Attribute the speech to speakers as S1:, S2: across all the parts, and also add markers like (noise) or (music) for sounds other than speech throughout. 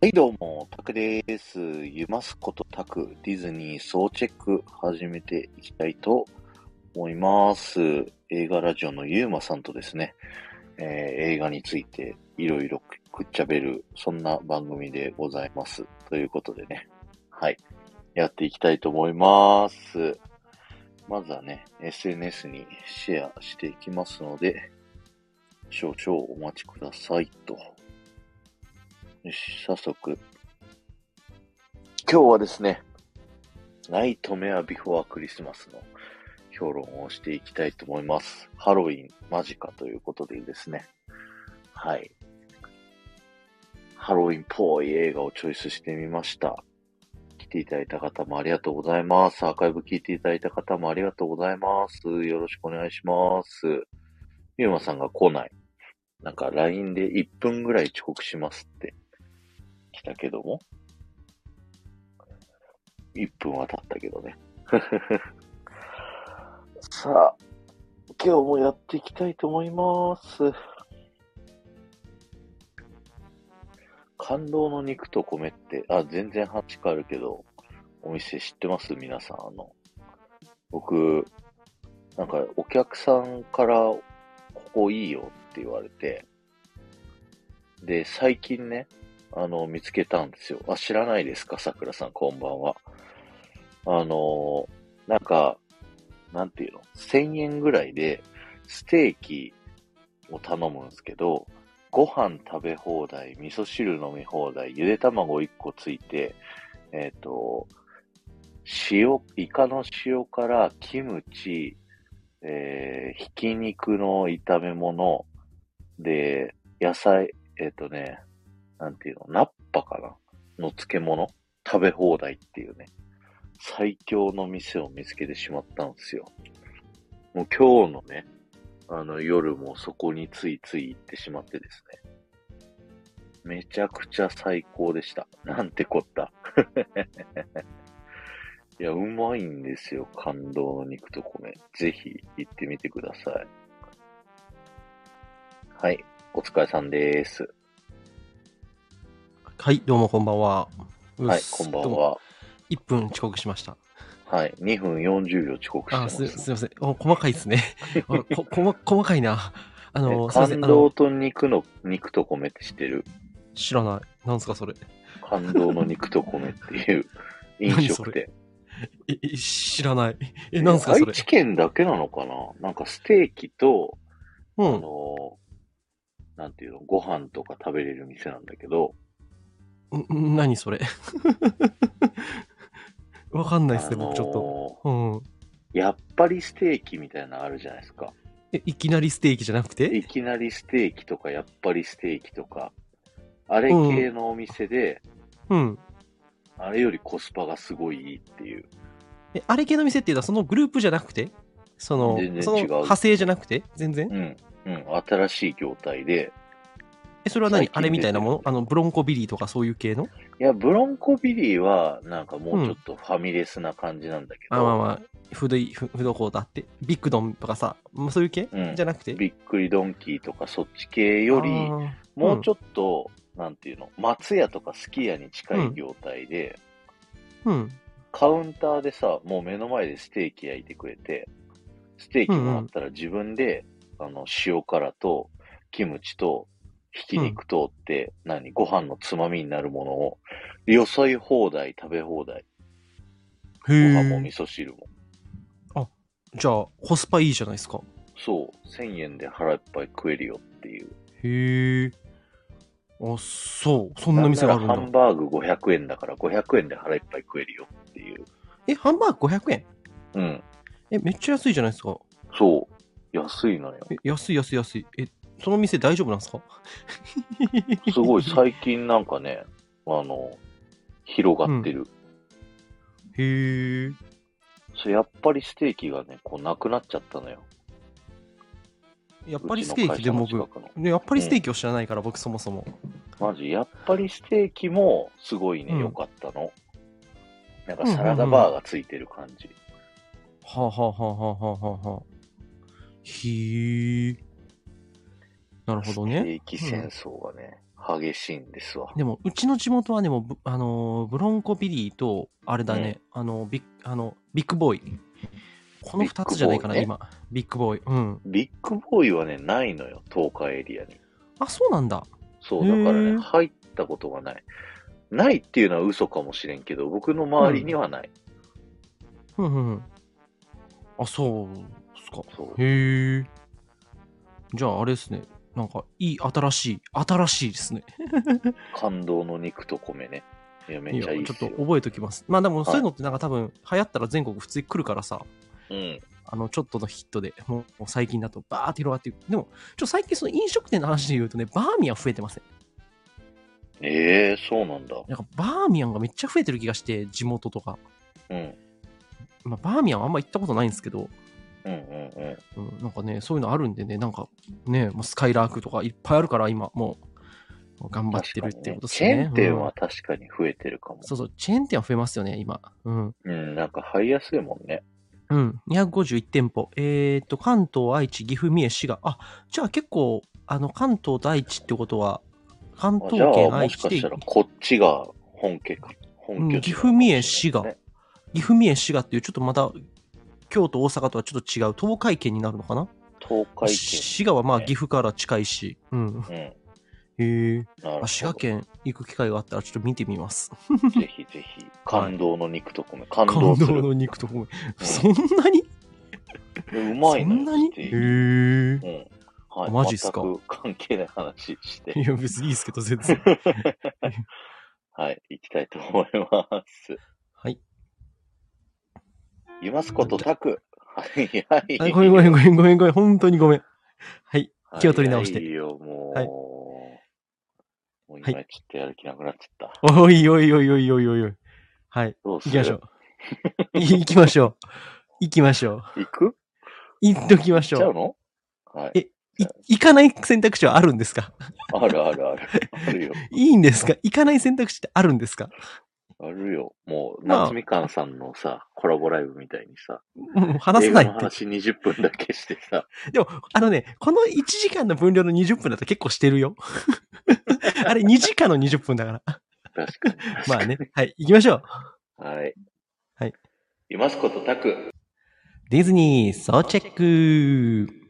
S1: はい、どうも、タクです。ゆますことタク、ディズニー総チェック始めていきたいと思います。映画ラジオのゆうまさんとですね、えー、映画についていろいろくっちゃべる、そんな番組でございます。ということでね、はい、やっていきたいと思います。まずはね、SNS にシェアしていきますので、少々お待ちくださいと。よし、早速。今日はですね、ナイトメアビフォアクリスマスの評論をしていきたいと思います。ハロウィン間近ということでですね。はい。ハロウィンっぽい映画をチョイスしてみました。来ていただいた方もありがとうございます。アーカイブ聞いていただいた方もありがとうございます。よろしくお願いします。ゆうまさんが来ない。なんか LINE で1分ぐらい遅刻しますって来たけども、1分は経ったけどね。 (laughs) さあ、今日もやっていきたいと思います。感動の肉と米って、あ、全然話変わるけど、お店知ってます皆さん。あの、僕、なんかお客さんからここいいよって言われて、で、最近ね、あの、見つけたんですよ。あ、知らないですか桜さん、こんばんは。あのー、なんか、なんていうの ?1000 円ぐらいで、ステーキを頼むんですけど、ご飯食べ放題、味噌汁飲み放題、ゆで卵1個ついて、えっ、ー、と、塩、イカの塩辛、キムチ、えー、ひき肉の炒め物、で、野菜、えっ、ー、とね、なんていうの、ナッパかなの漬物食べ放題っていうね、最強の店を見つけてしまったんですよ。もう今日のね、あの夜もそこについつい行ってしまってですね。めちゃくちゃ最高でした。なんてこった。 (laughs) いや、うまいんですよ。感動の肉と米。ぜひ行ってみてください。はい。お疲れさんです。
S2: はい、どうもこんばんは。
S1: はい、こんばんは。
S2: 1分遅刻しました。
S1: はい、2分40秒遅刻してます、
S2: ね。あすすいませんお。細か
S1: (laughs)
S2: いですねここ。細かいな。あの、
S1: 感動と肉の、肉と米って知ってる
S2: 知らない。なんすか、それ。
S1: 感動の肉と米って
S2: (laughs)
S1: いう飲食店。
S2: え、知らない。え、なんすか、それ。
S1: 愛知県だけなのかななんかステーキと、うん、あの、なんていうの、ご飯とか食べれる店なんだけど、
S2: ん、何それ (laughs) わかんないですね、あのー、僕ちょっと。
S1: うん。やっぱりステーキみたいなのあるじゃないですか。
S2: え、いきなりステーキじゃなくて
S1: いきなりステーキとか、やっぱりステーキとか、あれ系のお店で、
S2: うん。うん、
S1: あれよりコスパがすごいいいっていう。
S2: え、あれ系の店っていうのは、そのグループじゃなくてその、
S1: 全然
S2: その派生じゃなくて全然
S1: うん。うん。新しい業態で、
S2: それは何あれみたいなものあの、ブロンコビリーとかそういう系の
S1: いや、ブロンコビリーは、なんかもうちょっとファミレスな感じなんだけど。
S2: うん、あまあまあ、古い、フードコートあって、ビッグドンとかさ、そういう系、うん、じゃなくて
S1: ビックリドンキーとかそっち系より、もうちょっと、うん、なんていうの、松屋とかすき家に近い業態で、
S2: うん。
S1: カウンターでさ、もう目の前でステーキ焼いてくれて、ステーキもあったら自分で、うんうん、あの、塩辛と、キムチと、ひき肉とって何、何ご飯のつまみになるものを、野菜放題、食べ放題。
S2: へー
S1: ご飯も味噌汁も。
S2: あ、じゃあ、コスパいいじゃないですか。
S1: そう、1000円で腹いっぱい食えるよっていう。
S2: へえ。あ、そう、そんな店があるんだ。
S1: ハンバーグ500円だから、500円で腹いっぱい食えるよっていう。
S2: え、ハンバーグ500円
S1: うん。
S2: え、めっちゃ安いじゃないですか。
S1: そう、安いのよ。
S2: 安い安い安い。え、その店大丈夫なんですか
S1: (laughs) す
S2: (laughs)
S1: ごい、最近なんかね、あの、広がってる。
S2: うん、へえ。
S1: そう、やっぱりステーキがね、こう、なくなっちゃったのよ。
S2: やっぱりステーキで僕、ね、やっぱりステーキを知らないから、うん、僕そもそも。
S1: マジ、やっぱりステーキもすごいね、良、うん、かったの。なんかサラダバーがついてる感じ。
S2: はあ、はあはあはあはあはあ。へえ。なるほどね。
S1: 地域戦争がね、うん、激しいんですわ。
S2: でも、うちの地元はね、もうブ、あのーブロンコビリーと、あれだね、あの、ビッ、あの、ビッグボーイ。この
S1: ビッグ
S2: 2
S1: ボーイ
S2: つじゃないかな、
S1: ね
S2: 今。ビッグボーイ。うん。
S1: ビッグボーイはね、ないのよ、東海エリアに。
S2: あ、そうなんだ。
S1: そう、だから
S2: へ
S1: ね、
S2: ー
S1: 入ったことがない。ないっていうのは嘘かもしれんけど、僕の周りにはない。
S2: うんうんうん。あ、そうっすか。
S1: そう
S2: へえ。じゃあ、あれですね。なんか、いい、新しい、新しいですね。
S1: 感動の肉と米ね。いや、めっ
S2: い
S1: ちゃいい
S2: や
S1: っ
S2: ちょっ
S1: す
S2: と
S1: よ。
S2: 覚えときます。まあでも、
S1: い
S2: そういうのってなんか多分、流行ったら全国普通に来るからさ、
S1: うん。
S2: あの、ちょっとのヒットでもう、もう最近だとバーって広がっていく。でも、ちょ、最近その飲食店の話で言うとね、バーミヤン増えてません。
S1: ええそうなんだ。
S2: なんか、バーミヤンがめっちゃ増えてる気がして、地元とか。
S1: うん。
S2: まあ、バーミヤンはあんま行ったことないんですけど、
S1: うんうんうん。
S2: うん、なんかね、そういうのあるんでね、なんかね、もうスカイラークとかいっぱいあるから、今、もう、もう頑張ってるっていうことです
S1: チ
S2: ね。
S1: ェーン店は
S2: うん
S1: 確かに増えてるかも。
S2: そうそう、チェーン店は増えますよね、今。うん。
S1: うん、なんか入りやすいもんね。
S2: うん。251店舗。えっ、ー、と、関東、愛知、岐阜、三重、滋賀。あ、じゃあ結構、あの、関東と愛知ってことは、関
S1: あじゃ
S2: 東
S1: あ、
S2: 圏、
S1: も
S2: 愛
S1: し
S2: 知
S1: か
S2: で、
S1: したらこっちが本家か。本拠地なのかもし
S2: う
S1: れないね
S2: ん岐阜三重滋賀岐阜、三重、滋賀っていう、ちょっとまた、京都、大阪とはちょっと違う、東海圏になるのかな
S1: 東海
S2: 滋賀はまあ、岐阜から近いし。うん。
S1: 県。うん。
S2: へえ。
S1: なるほ
S2: あ
S1: ど。
S2: 滋賀県行く機会があったらちょっと見てみます。
S1: ぜひぜひ。感動の肉と米。感
S2: 感
S1: 動す
S2: 動
S1: る。
S2: の肉と米。そんなに
S1: うまい
S2: そ
S1: の
S2: ん
S1: よ
S2: なに
S1: ステ
S2: へ
S1: ー
S2: え
S1: キうん。はい。
S2: マジっすか
S1: 全く関係ない話して
S2: い。や、別にいいですけど、全
S1: (laughs)
S2: 然。
S1: はい。行きたいと思います。
S2: はい。
S1: ゆますことたく。はいはい。
S2: あごめんごめんごめんごめんごめん、本当にごめん。はい。
S1: はい
S2: 気を取り直して
S1: いいよ、もう。
S2: はい
S1: もう今ちょっとやる気なくなっちゃった。
S2: おいおいおいおいおいおいおい。はい。
S1: どうす
S2: 行
S1: る
S2: きましょ
S1: (laughs)
S2: う。い行きましょう。行きましょう。
S1: 行く
S2: 行っときまし
S1: 行っちゃ
S2: ょ
S1: うのはい
S2: え。う。い行かない選択肢はあるんですか
S1: あるあるある。あるよ。
S2: いいんですか行かない選択肢ってあるんですか
S1: あるよ。もう、
S2: まあ
S1: 夏みかんさんのさ、コラボライブみたいにさ、
S2: もう話さない
S1: 映画の
S2: っ
S1: 話20分だけしてさ、
S2: て。でも、あのね、この1時間の分量の20分だと結構してるよ。 (laughs) あれ、2時間の20分だから。
S1: 確かに。
S2: まあね。はい、行きましょう。
S1: はい。
S2: はい。
S1: いますことたく。
S2: ディズニー、総チェック。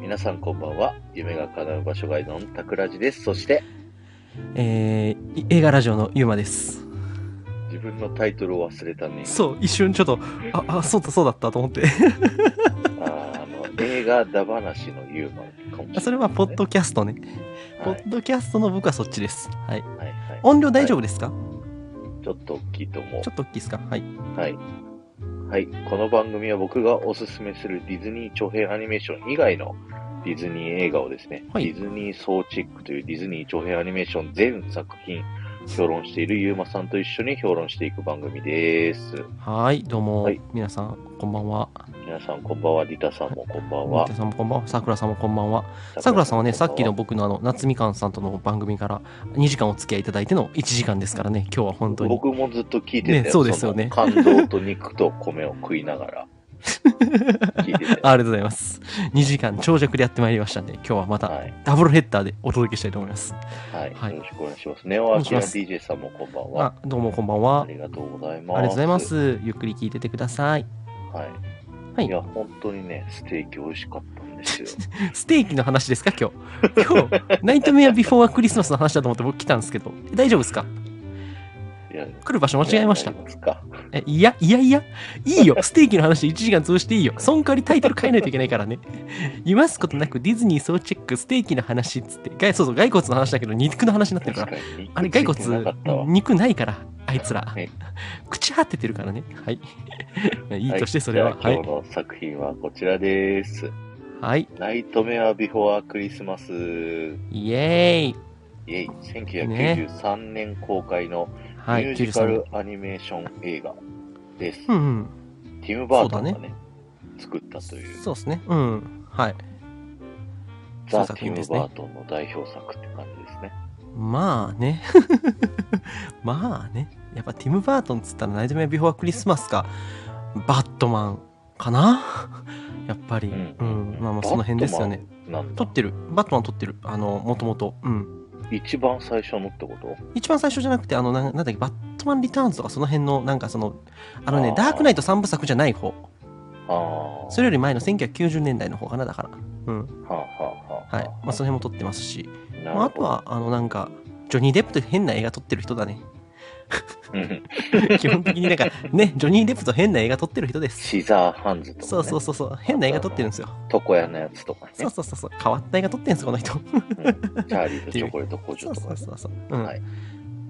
S1: 皆さんこんばんは。夢が叶う場所ガイドのたくらじです。そして、
S2: えー、い映画ラジオのゆうまです。
S1: 自分のタイトルを忘れたね。
S2: そう、一瞬ちょっと、あ、あ、そうだそうだったと思って。
S1: あーあの、映画だ話のユーマンかもしれない、
S2: それは、ポッドキャストね。ポ
S1: はい
S2: ッドキャストの僕はそっちです。はい。
S1: はいはい。
S2: 音量大丈夫ですか、
S1: ちょっと大きいと思
S2: ちょっと大きいですかはい。
S1: う。はい。はい。この番組は僕がおすすめするディズニー長編アニメーション以外のディズニー映画をですね、
S2: は
S1: デ
S2: い
S1: ィズニーソーチェックというディズニー長編アニメーション全作品評論しているユーマさんと一緒に評論していく番組です。
S2: はい、どうも、
S1: はい
S2: 皆さん、こんばんは。
S1: 皆さんこんばんは、リタさんもこんばん
S2: み
S1: は
S2: た。さんもこんばんは。さくらさんもこんばんは。さくらさんはね、さっきの
S1: こん
S2: 僕のあの、夏みかんさんとの番組から2時間お付き合いいただいての1時間ですからね、今日は本
S1: ば
S2: 当
S1: んは
S2: に。
S1: 僕もずっと聞いてて、
S2: ねそうですよね
S1: その感動と肉と米を食いなが
S2: (laughs)
S1: ら聞いてて。
S2: ありがとうございます。2時間長尺でやってまいりましたんで、今日はまた
S1: はい。
S2: ダブルヘッダーでお届けしたいと思います。
S1: はい。
S2: はい
S1: よろしくお願いします。ネオアキラ
S2: お願いします
S1: DJ さんもこんばんは。
S2: あ、どうもこんばんは。
S1: あ
S2: あ
S1: り
S2: り
S1: がとうございます。
S2: がとうございま。す。ゆっくり聞いててください。
S1: はい。
S2: はい
S1: いや、本当にね、ステーキ美味しかったん
S2: (laughs)
S1: ですよ。
S2: ステーキの話ですか今日。今日、ナイトメアビフォーはクリスマスの話だと思って僕来たんですけど、大丈夫ですか
S1: いや、
S2: 来る場所間違えました
S1: い。ますか
S2: え、いや、いやいや、いいよ。ステーキの話1時間潰していいよ。そん代わりタイトル変えないといけないからね。言わすことなくディズニー総チェック、ステーキの話っつって、外そうそう、骸骨の話だけど肉の話になってる
S1: 確
S2: か。
S1: からに。
S2: あれ、骸
S1: ついてなかったわ
S2: 骨、肉ないから、あいつら。
S1: ね
S2: 口張っててるからね。はい。
S1: (laughs)
S2: いいとして、それは。
S1: じゃあ
S2: はい
S1: 今。日の作品はこちらです。
S2: はい。
S1: ナイトメアビフォアクリスマス。イェ
S2: イエーイ。
S1: イ !1993 年公開のミ
S2: はい
S1: ュ、ージカ
S2: 93
S1: ルアニメーション映画です。
S2: うんうん。
S1: ティム・バートンが
S2: そ
S1: ね、作ったという、
S2: そうですね。うん。はい。そ
S1: ザ・
S2: う作
S1: ティ
S2: 品
S1: ム・
S2: ですね
S1: バートンの代表作って感じですね。
S2: まあね。 (laughs) まあね。やっぱティム・バートンっつったらナイトメアビフォークリスマスか、バットマンかな (laughs) ややっぱり。
S1: うん
S2: うん。まあまあ、その辺ですよ
S1: バッ
S2: ね。。
S1: トマンなんだ
S2: 撮ってる。バットマン撮ってる。あの、もともと。うん。
S1: 一番最初のってこと
S2: 一番最初じゃなくて、あの、ななんだっけ、バットマンリターンズとかその辺の、なんかその、あのね
S1: あー、
S2: ダークナイト三部作じゃない方。
S1: ああ。
S2: それより前の1990年代の方かな、だから。うん。
S1: はあ、はあはあ、
S2: はい。まあ、その辺も撮ってますし。
S1: なるほど
S2: まあ、あと、は、あの、なんか、ジョニー・デップと変な映画撮ってる人だね。
S1: うん
S2: (laughs) 基本的になんか、ね、ジョニー・デップと変な映画撮ってる人です。
S1: シザーハンズとか、ね、
S2: そうそうそうそう、変な映画撮ってるんですよ。
S1: 床屋のやつとかね。
S2: そうそうそうそう、変わった映画撮ってるんですよ、この人。
S1: チャーリーとチョコレート工
S2: そ
S1: 場
S2: う
S1: とかね、
S2: (laughs) そうそうそう。うん。
S1: はい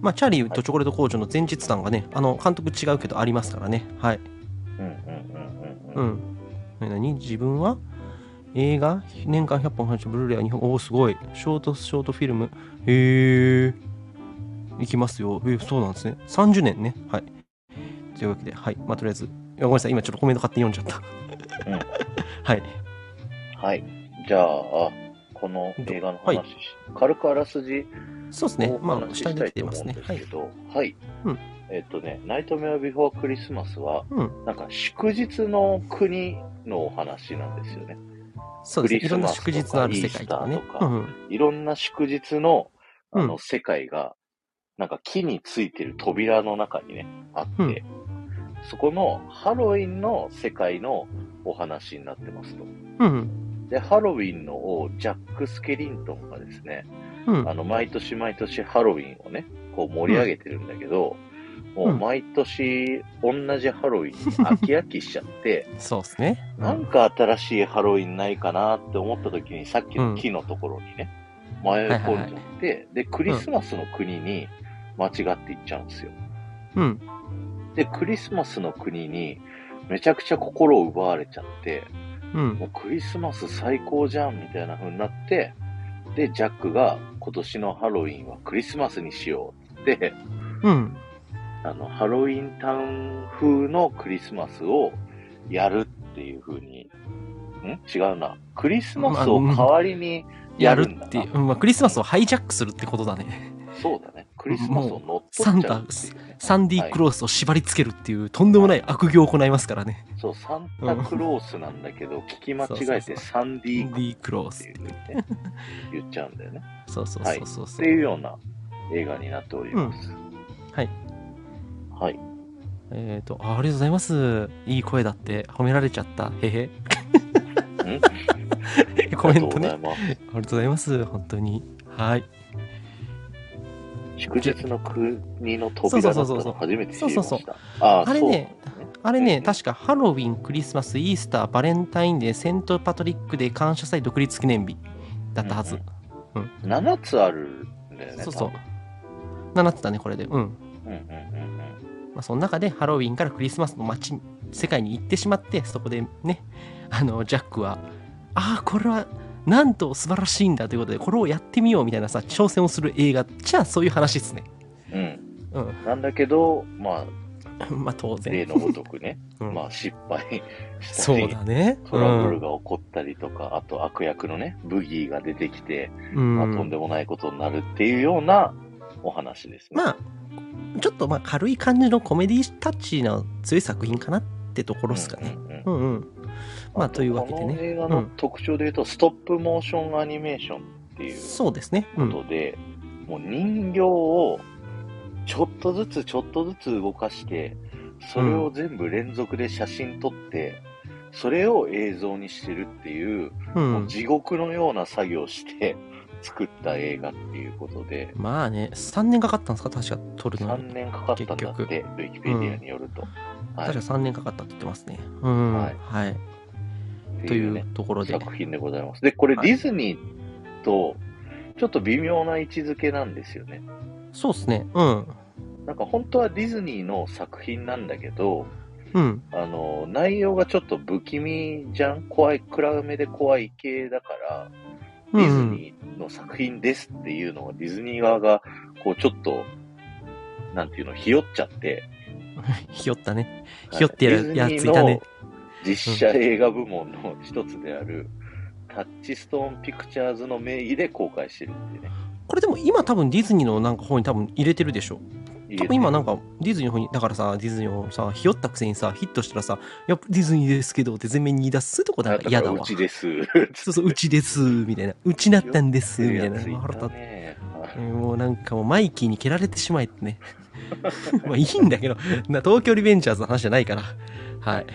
S2: まあ、チャーリーとチョコレート工場の前日談がね、あの、監督違うけどありますからね。はい。
S1: うんうんうんう
S2: うん
S1: うん。
S2: ん。何自分は映画年間100本配信ブルーレイは日本おおすごいショートショートフィルムへえいきますよえそうなんですね30年ねはいというわけではいまあとりあえずいやごめんなさい今ちょっとコメント勝手に読んじゃった、
S1: うん
S2: (laughs) はい
S1: はい。じゃあ、この映画の話、
S2: はい
S1: 軽くあらすじ
S2: そうですね
S1: をお
S2: ま
S1: 話
S2: あ
S1: しし
S2: 下
S1: た
S2: に
S1: い
S2: 出
S1: と思
S2: てま
S1: う
S2: す
S1: んで
S2: ね
S1: す
S2: は
S1: け
S2: い
S1: ど、はい。
S2: うん
S1: えっ、とね、ナイトメアビフォークリスマスは、
S2: うん
S1: なんか祝日の国のお話なんですよね。
S2: そうで
S1: クリ
S2: すねい
S1: ス
S2: ろん
S1: マ
S2: な
S1: スとか
S2: 祝日のある世界と
S1: イ
S2: か
S1: ー
S2: ね
S1: スターとか
S2: うんうん
S1: いろんな祝日のあの、
S2: うん
S1: 世界が、なんか木についてる扉の中にね、あって、
S2: うん
S1: そこのハロウィンの世界のお話になってますと。
S2: うん
S1: で、ハロウィンの王、ジャック・スケリントンがですね、
S2: うん
S1: あの、毎年毎年ハロウィンをね、こう盛り上げてるんだけど、もう毎年同じハロウィンに飽き飽きしちゃって、
S2: そうですねう
S1: なん
S2: ん
S1: か新しいハロウィンないかなって思った時に、さっきの木のところにね、迷い込んじゃって、で、クリスマスの国に間違って行っちゃうんですよ。
S2: うん
S1: で、クリスマスの国にめちゃくちゃ心を奪われちゃって、
S2: うん
S1: もうクリスマス最高じゃんみたいな風になって、で、ジャックが今年のハロウィンはクリスマスにしようって、
S2: うん
S1: あの、ハロウィンタウン風のクリスマスをやるっていう風に、ん違うな。クリスマスを代わりにや
S2: や
S1: る
S2: る
S1: んだ
S2: っ
S1: な
S2: ていう、うんまあ、クリスマスをハイジャックするってことだね
S1: そうだね。クリスマスを乗っ取っちゃうっていうね。
S2: サンディ・クロースを縛り付けるっていうとんでもない悪行を行いますからね。
S1: そう、サンタクロースなんだけど、聞き間違え
S2: そうそうそ
S1: て
S2: う
S1: サンデ
S2: サ
S1: ィ
S2: ン
S1: ー
S2: デ
S1: ク
S2: ィ・クロー
S1: っ
S2: ス
S1: てい
S2: っ
S1: う
S2: て。
S1: 風にね、言っちゃうんだよね。
S2: そうそうそうそう
S1: っ
S2: そ
S1: て
S2: う、
S1: いうような映画になっております。
S2: はい。
S1: はい。
S2: えっ、とあ、ありがとうございます。いい声だって褒められちゃった。へ
S1: (laughs)
S2: へ。 (laughs) コメントね。
S1: あ
S2: あ
S1: りがとうございます。
S2: りがとうございます。本当に。はい。
S1: 祝日の国の扉だったの初めて知りま
S2: そうそうそうそうそうそう
S1: し
S2: そ
S1: た。あー
S2: あれね
S1: そう
S2: あれね、
S1: うん
S2: 確かハロウィン、クリスマス、イースター、バレンタインデー、セント・パトリックデー、感謝祭、独立記念日だったはず。
S1: うん7つあるんだよね。
S2: そうそう。7つだね、これで。うん。
S1: 多分。うんうんうんうん。
S2: まあ、その中でハロウィンからクリスマスの街に世界に行ってしまってそこでねあのジャックはああこれはなんと素晴らしいんだということでこれをやってみようみたいなさ挑戦をする映画じゃあそういう話ですね
S1: うん、
S2: う
S1: なんだけど、まあ、
S2: ん (laughs) まあ当然
S1: 例のごとくね、
S2: (laughs) うん
S1: まあ失敗した
S2: そう
S1: り、
S2: だね
S1: トラブルが起こったりとか、あと悪役のね、ブギーが出てきて、
S2: うん
S1: まあ、
S2: うん
S1: とんでもないことになるっていうようなお話ですね。
S2: まあちょっとまあ軽い感じのコメディタッチの強い作品かなってところですかね
S1: うんうんうん
S2: うんうんまあというわけで
S1: この
S2: ね
S1: 映画
S2: う
S1: の
S2: ん
S1: 特徴で言うと、ストップモーションアニメーションっていう
S2: そうですねう
S1: こ
S2: ん
S1: とで、もう人形をちょっとずつちょっとずつ動かして、それを全部連続で写真撮って、それを映像にしてるっていう、
S2: う
S1: もうん地獄のような作業をして作った映画っていうことで、
S2: まあね3年かかったんですか確か撮るのに
S1: 3年かかったんだって、ウィキペディアによると。はい
S2: 確か3年かかったって言ってますね。うん。
S1: は
S2: はいい。
S1: って
S2: と
S1: いう
S2: い
S1: ね
S2: うところで。
S1: 作品でございます。で、これデ
S2: はい
S1: ィズニーとちょっと微妙な位置づけなんですよね。
S2: そうですね。うん。
S1: なんか本当はディズニーの作品なんだけど、
S2: うん。
S1: あの、内容がちょっと不気味じゃん怖い、暗めで怖い系だから、
S2: う
S1: デ
S2: ん
S1: ィズニーの作品ですっていうのをディズニー側が、こうちょっと、なんていうの、ひよっちゃって、
S2: ひよったね。
S1: はい
S2: ひよってやるやついたね。
S1: ディズニーの実写映画部門の一つである、タッチストーンピクチャーズの名義で公開してるっていうね。
S2: これでも今多分ディズニーのなんか方に多分入れてるでしょ。
S1: 家
S2: 多分今なんかディズニーの方にだからさディズニーをさひよったくせにさヒットしたらさ「いやディズニーですけど」って全面に出すとこなんか
S1: (laughs)
S2: 嫌だわ
S1: うちです。
S2: (laughs) そうそううちですみたいなうちなったんですみたいな
S1: やつい
S2: 腹立
S1: た
S2: っ
S1: ね
S2: もうなんかもうマイキーに蹴られてしまえってね (laughs) まあいいんだけどな東京リベンジャーズの話じゃないからはい
S1: (laughs)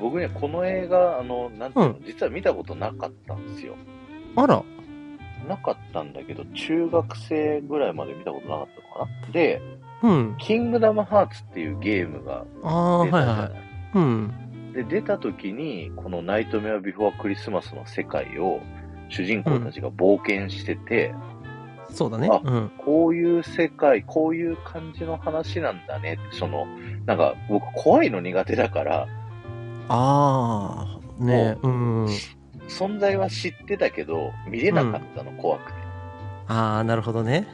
S1: 僕ね、この映画、あの、なんていうの、実は見たことなかったんですよ。
S2: あら
S1: なかったんだけど、中学生ぐらいまで見たことなかったのかな。で、
S2: うん
S1: キングダムハーツっていうゲームが
S2: ああは
S1: 出
S2: い
S1: た
S2: はい
S1: じゃ
S2: は
S1: ない
S2: いうん
S1: で、出た時に、このナイトメアビフォークリスマスの世界を、主人公たちが冒険してて、
S2: そうだね
S1: あ
S2: うん
S1: こういう世界、こういう感じの話なんだねって、その、なんか、僕怖いの苦手だから、
S2: ああねえうん
S1: 存在は知ってたけど、見れなかったの、怖くて。
S2: ああなるほどね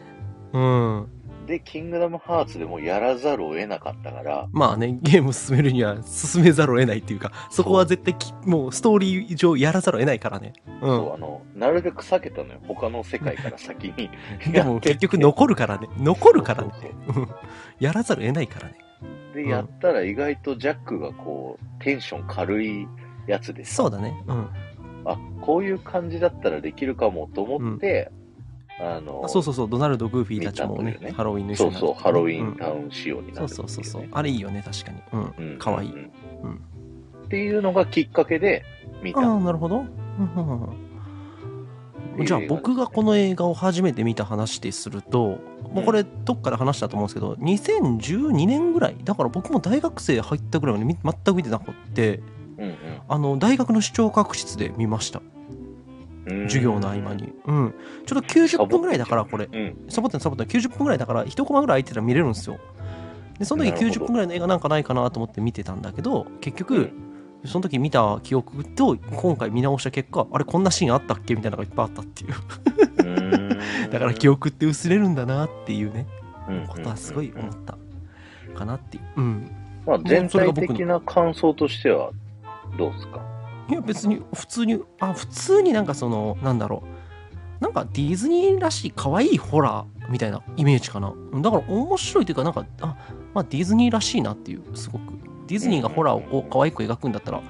S2: うん
S1: で、キングダムハーツでもうやらざるを得なかったから、
S2: まあね、ゲームを進めるには進めざるを得ないっていうか、そこは絶対きもうストーリー上やらざるを得ないからね。う
S1: そうあの、なるべく避けたのよ。他の世界から先に。
S2: ん。 (laughs) で
S1: や
S2: も
S1: って
S2: 結局残るからね。残るからね
S1: そうそう。
S2: うんやらざるを得ないからね。
S1: で、
S2: うん
S1: やったら意外とジャックがこう、テンション軽いやつで
S2: そうだね。うん。
S1: あ、こういう感じだったらできるかもと思って、あの、
S2: あそうそうそう、ドナルド・グーフィーたちも
S1: 見た
S2: ね
S1: んだよね、
S2: ハロウィンの
S1: そ
S2: 衣装
S1: う
S2: にな
S1: そうハロウィ
S2: う
S1: ン
S2: ん
S1: タウン仕様にな
S2: そう
S1: って
S2: そ
S1: る
S2: う
S1: って
S2: そう
S1: い
S2: そうう
S1: ね。。
S2: あれいいよね、確かに。うん。
S1: うん
S2: かわいい
S1: うん
S2: うん
S1: っていうのがきっかけで見た。
S2: ああ、なるほど。うんうんうん
S1: っていう映画ですね
S2: じゃあ僕がこの映画を初めて見た話ですると、もうこれどっかで話したと思うんですけど、2012年ぐらい、だから僕も大学生入ったぐらいまで見全く見てなくって、
S1: うん
S2: あの、大学の視聴覚室で見ました。
S1: うん
S2: 授業の合間。に。うん。ちょっと90分ぐらいだからこれ、
S1: うん。
S2: サボってんサボってん90分ぐらいだから1コマぐらい空いてたら見れるんですよでその時
S1: なるほど
S2: 90分ぐらいの映画なんかないかなと思って見てたんだけど結局、
S1: うん
S2: その時見た記憶と今回見直した結果あれこんなシーンあったっけみたいなのがいっぱいあったっていう (laughs) だから記
S1: 憶
S2: 憶って薄れるんだなっていうねことはすごい思ったかなっていううん
S1: まあ、全体的な感想としてはどうですか
S2: いや別に普通にあ普通になんかそのなんだろうなんかディズニーらしい可愛いホラーみたいなイメージかなうんだから面白いというかなんかあまあディズニーらしいなっていうすごくディズニーがホラーをこう可愛く描くんだったら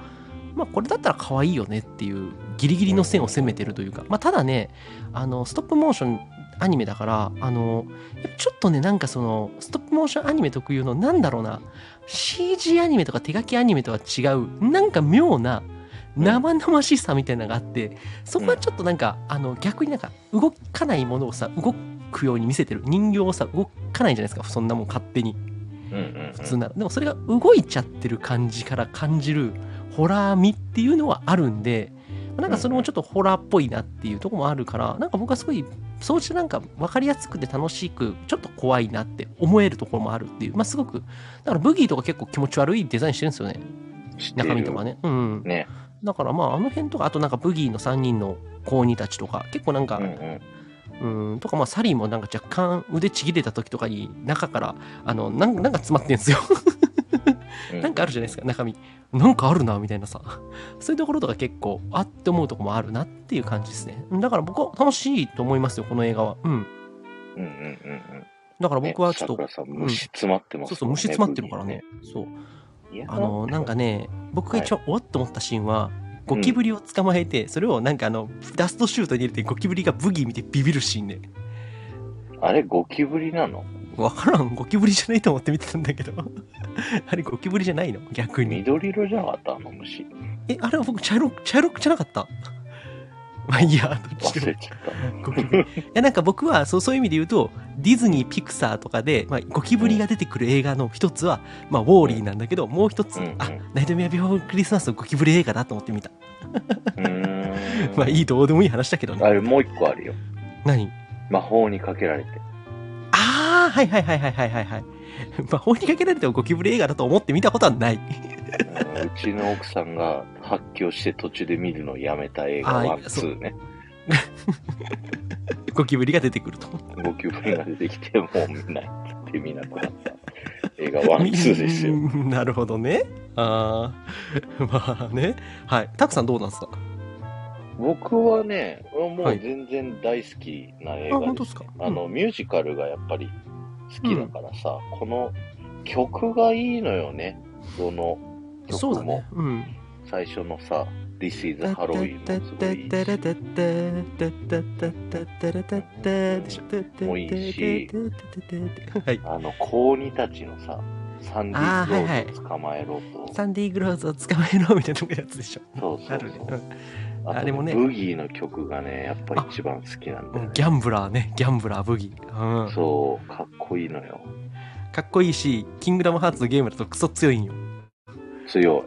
S2: まあこれだったら可愛いよねっていうギリギリの線を攻めてるというかまあただねあのストップモーションアニメだからあのちょっとねなんかそのストップモーションアニメ特有のなんだろうな CG アニメとか手書きアニメとは違うなんか妙な
S1: うん
S2: 生々しさみたいなのがあってそこはちょっとなんか、あの逆になんか動かないものをさ動くように見せてる人形をさ動かないじゃないですかそんなもん勝手に
S1: うんうん
S2: 普通なら、でもそれが動いちゃってる感じから感じるホラー味っていうのはあるんでなんかそれもちょっとホラーっぽいなっていうところもあるからなんか僕はすごいそうしてなんか分かりやすくて楽しくちょっと怖いなって思えるところもあるっていうまあすごくだからブギーとか結構気持ち悪いデザインしてるんですよね中身とか
S1: ね。
S2: ねうん
S1: ね。
S2: だからまああの辺とかあとなんかブギーの3人の高2たちとか結構なんか、
S1: うんうん。
S2: うんとかまあサリーもなんか若干腕ちぎれた時とかに中からあのなんなんか詰まってんですよなんかあるじゃないですか中身なんかあるなみたいなさ (laughs) そういうところとか結構あって思うとこもあるなっていう感じですねだから僕は楽しいと思いますよこの映画はうん
S1: うんうんうんうん。
S2: だから僕はちょっと、
S1: ね桜さん、虫詰まってます
S2: そうそう虫詰まってるからね。そう
S1: いや
S2: あのなんかね僕が一番おっと思ったシーンはゴキブリを捕まえて、それをなんかあのダストシュートに入れてゴキブリがブギー見てビビるシーンね
S1: あれ、ゴキブリなの
S2: わからんゴキブリじゃないと思って見てたんだけど (laughs) あれゴキブリじゃないの逆に
S1: 緑色じゃなかったあの虫。
S2: えあれは僕茶色茶色じゃなかった (laughs) まあいいやどっち
S1: 忘
S2: で
S1: れ
S2: も
S1: ちゃった。
S2: ゴキブ (laughs) リいやなんか僕はそうそういう意味で言うとディズニーピクサーとかで、まあ、ゴキブリが出てくる映画の一つは、まあ、ウォーリーなんだけどもう一つ、
S1: うんうん
S2: あナイトメアビフォークリスマスのゴキブリ映画だと思って見た
S1: うーん
S2: (laughs) まあいいどうでもいい話だけど
S1: あ
S2: ね
S1: れ、もう一個あるよ。
S2: 何
S1: 魔法にかけられて。
S2: ああはいはいはいはいはいはいはい魔法にかけられてもゴキブリ映画だと思って見たことはない (laughs)
S1: うんうちの奥さんが発狂して途中で見るのをやめた映画
S2: あー
S1: ワン、
S2: いやそう
S1: ツーね。
S2: ゴキブリが出てくると
S1: ゴキブリが出てきて、もう見ないって言って見なくな
S2: (laughs)
S1: った映画ワン、ツーですよ。
S2: うん (laughs) なるほどね。ああ、 (laughs) まあね。はい。たくさんどうなんですか
S1: 僕はね、も
S2: は
S1: う
S2: い
S1: 全然大好きな映画です、
S2: あ本当ですかうん
S1: あの、ミュージカルがやっぱり好きだからさ、この曲がいいのよね。どの
S2: そう
S1: 曲
S2: だ
S1: も
S2: ね。うん。
S1: 最初のさ、This is
S2: ハロウィ
S1: Halloween
S2: ン
S1: もすごいいいし
S2: もいいし。はい。
S1: あの、高二たちのさ、サンディ
S2: あ
S1: ー
S2: ーはいはい
S1: クローズを捕まえろと。
S2: サンディーグローズを捕まえろみたいなやつでしょ。
S1: そうそ
S2: あ
S1: う
S2: るね
S1: そう。。あと
S2: あれもね
S1: ブギーの曲がね、やっぱ一番好きなんだ
S2: う
S1: よ
S2: ん
S1: ね。
S2: ギャンブラーね。ギャンブラーブギー。うん。
S1: そう、かっこいいのよ。
S2: かっこいいし、キングダムハーツのゲームだとクソ強いんよ。
S1: 強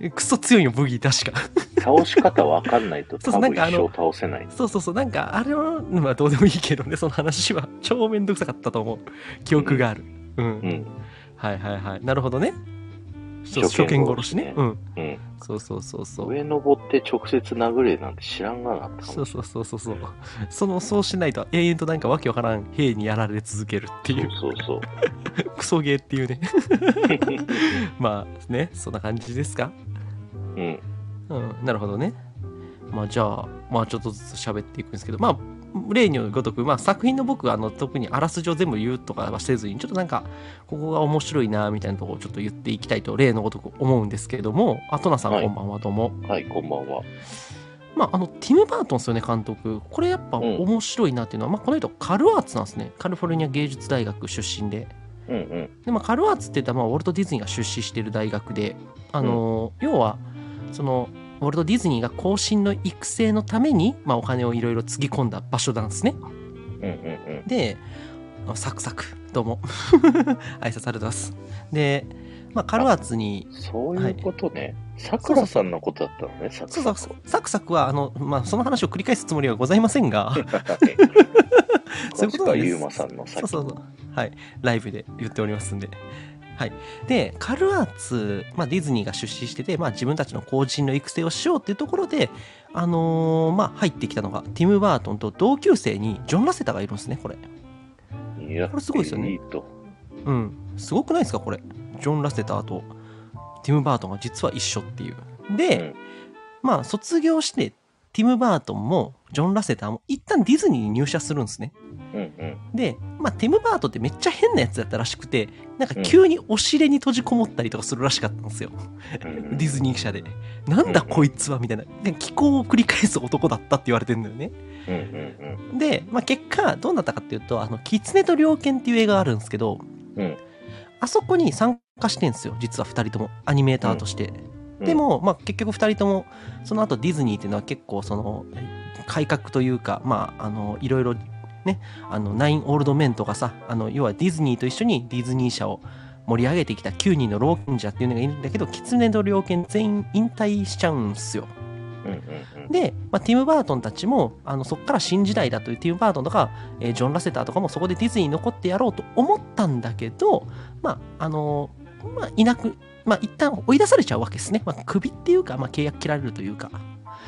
S2: えクソ強いんよ、ブギー確か。
S1: い。倒し方わかんないと
S2: (laughs) そう
S1: 多
S2: な
S1: 分
S2: ん
S1: 一
S2: かあの
S1: 生倒せない。
S2: そうそうそう。なんか、あれは、まあどうでもいいけどね、その話は。超めんどくさかったと思う。記憶がある。うん
S1: う。ん。
S2: はいはいはい。なるほどね。そう初
S1: 初
S2: 見
S1: 見
S2: 殺
S1: 殺
S2: し
S1: し
S2: ね
S1: ね。
S2: うん。
S1: うん。
S2: そうそうそうそう。
S1: 上登って直接殴れなんて知らんがなかったか
S2: そ
S1: も
S2: う
S1: し
S2: そうそうそうそう。その、そうしないと永遠となんかわけわからん兵にやられ続けるって
S1: れ
S2: い
S1: な
S2: う
S1: い。、そうそう
S2: クソゲーっていうね。 (laughs) まあね、そんな感じですか
S1: そう。うん。
S2: うん、なるほどね。まあじゃあ、まあちょっとずつ喋っていくんですけど、まあ、例にごとく、まあ作品の僕はあの特にあらすじを全部言うとかはせずに、ちょっとなんか、ここが面白いなみたいなところをちょっと言っていきたいと、例のごとく思うんですけれども、あとなさん、
S1: はい
S2: こんばんは、どうも。
S1: はい、こんばんは。
S2: まあ、あのティム・バートンですよね監督これやっぱ
S1: うん
S2: 面白いなっていうのは、まあ、この人カルアーツなんですねカリフォルニア芸術大学出身で
S1: うんうん。
S2: で、まあ、カルアーツって言ったら、まあ、ウォルト・ディズニーが出資してる大学で、あのー要はそのウォルト・ディズニーが後進の育成のために、まあ、お金をいろいろつぎ込んだ場所なんですね
S1: うんうん
S2: であサクサクどうも (laughs) 挨拶されてますで、まあ、カルアーツに
S1: うん。そういうことね。さくらさんのことだったのね、さく
S2: そ
S1: (laughs)
S2: う
S1: ら
S2: そう
S1: さん。
S2: サクサクはあの、まあ、その話を繰り返すつもりはございませんがそういうことなんです
S1: ゆうまさんのさ
S2: そう
S1: っき
S2: そうそう。はい。ライブで言っておりますんで。はい。で、カルアーツ、まあ、ディズニーが出資してて、まあ、自分たちの後人の育成をしようっていうところで、あのーまあ、入ってきたのが、ティム・バートンと同級生にジョン・ラセタがいるんですね、これ。
S1: いや
S2: これすごいですよね
S1: いいと。
S2: うん。すごくないですか、これ。ジョン・ラセターと、ティム・バートンが実は一緒っていう。で、
S1: うん
S2: まあ、卒業して、ティム・バートンも、ジョン・ラセターも、一旦ディズニーに入社するんですね。
S1: うんうん。
S2: で、まあ、ティム・バートンってめっちゃ変なやつだったらしくて、なんか急にお尻に閉じこもったりとかするらしかったんですよ。
S1: うん
S2: (laughs) ディズニー記者で。なんだ
S1: うん
S2: こいつはみたいな。で気候を繰り返す男だったって言われてんだよね。
S1: うんうん
S2: で、まあ、結果、どうなったかっていうと、あの、キツネと猟犬っていう映画があるんですけど、
S1: うん
S2: あそこに参加してんですよ。実は二人とも、アニメーターとして。
S1: うん。
S2: で、も、まあ、結局2人ともその後ディズニーっていうのは結構その改革というかまああのいろいろねあのナインオールドメンとかさあの要はディズニーと一緒にディズニー社を盛り上げてきた9人の老賢者っていうのがいるんだけど狐と猟犬全員引退しちゃうんすよ。
S1: うんうんうん。
S2: で、まあ、ティム・バートンたちもあのそこから新時代だというティム・バートンとか、えージョン・ラセターとかもそこでディズニーに残ってやろうと思ったんだけどまああのーまあいなくまあ一旦追い出されちゃうわけですね、まあ、クビっていうか、まあ、契約切られるというか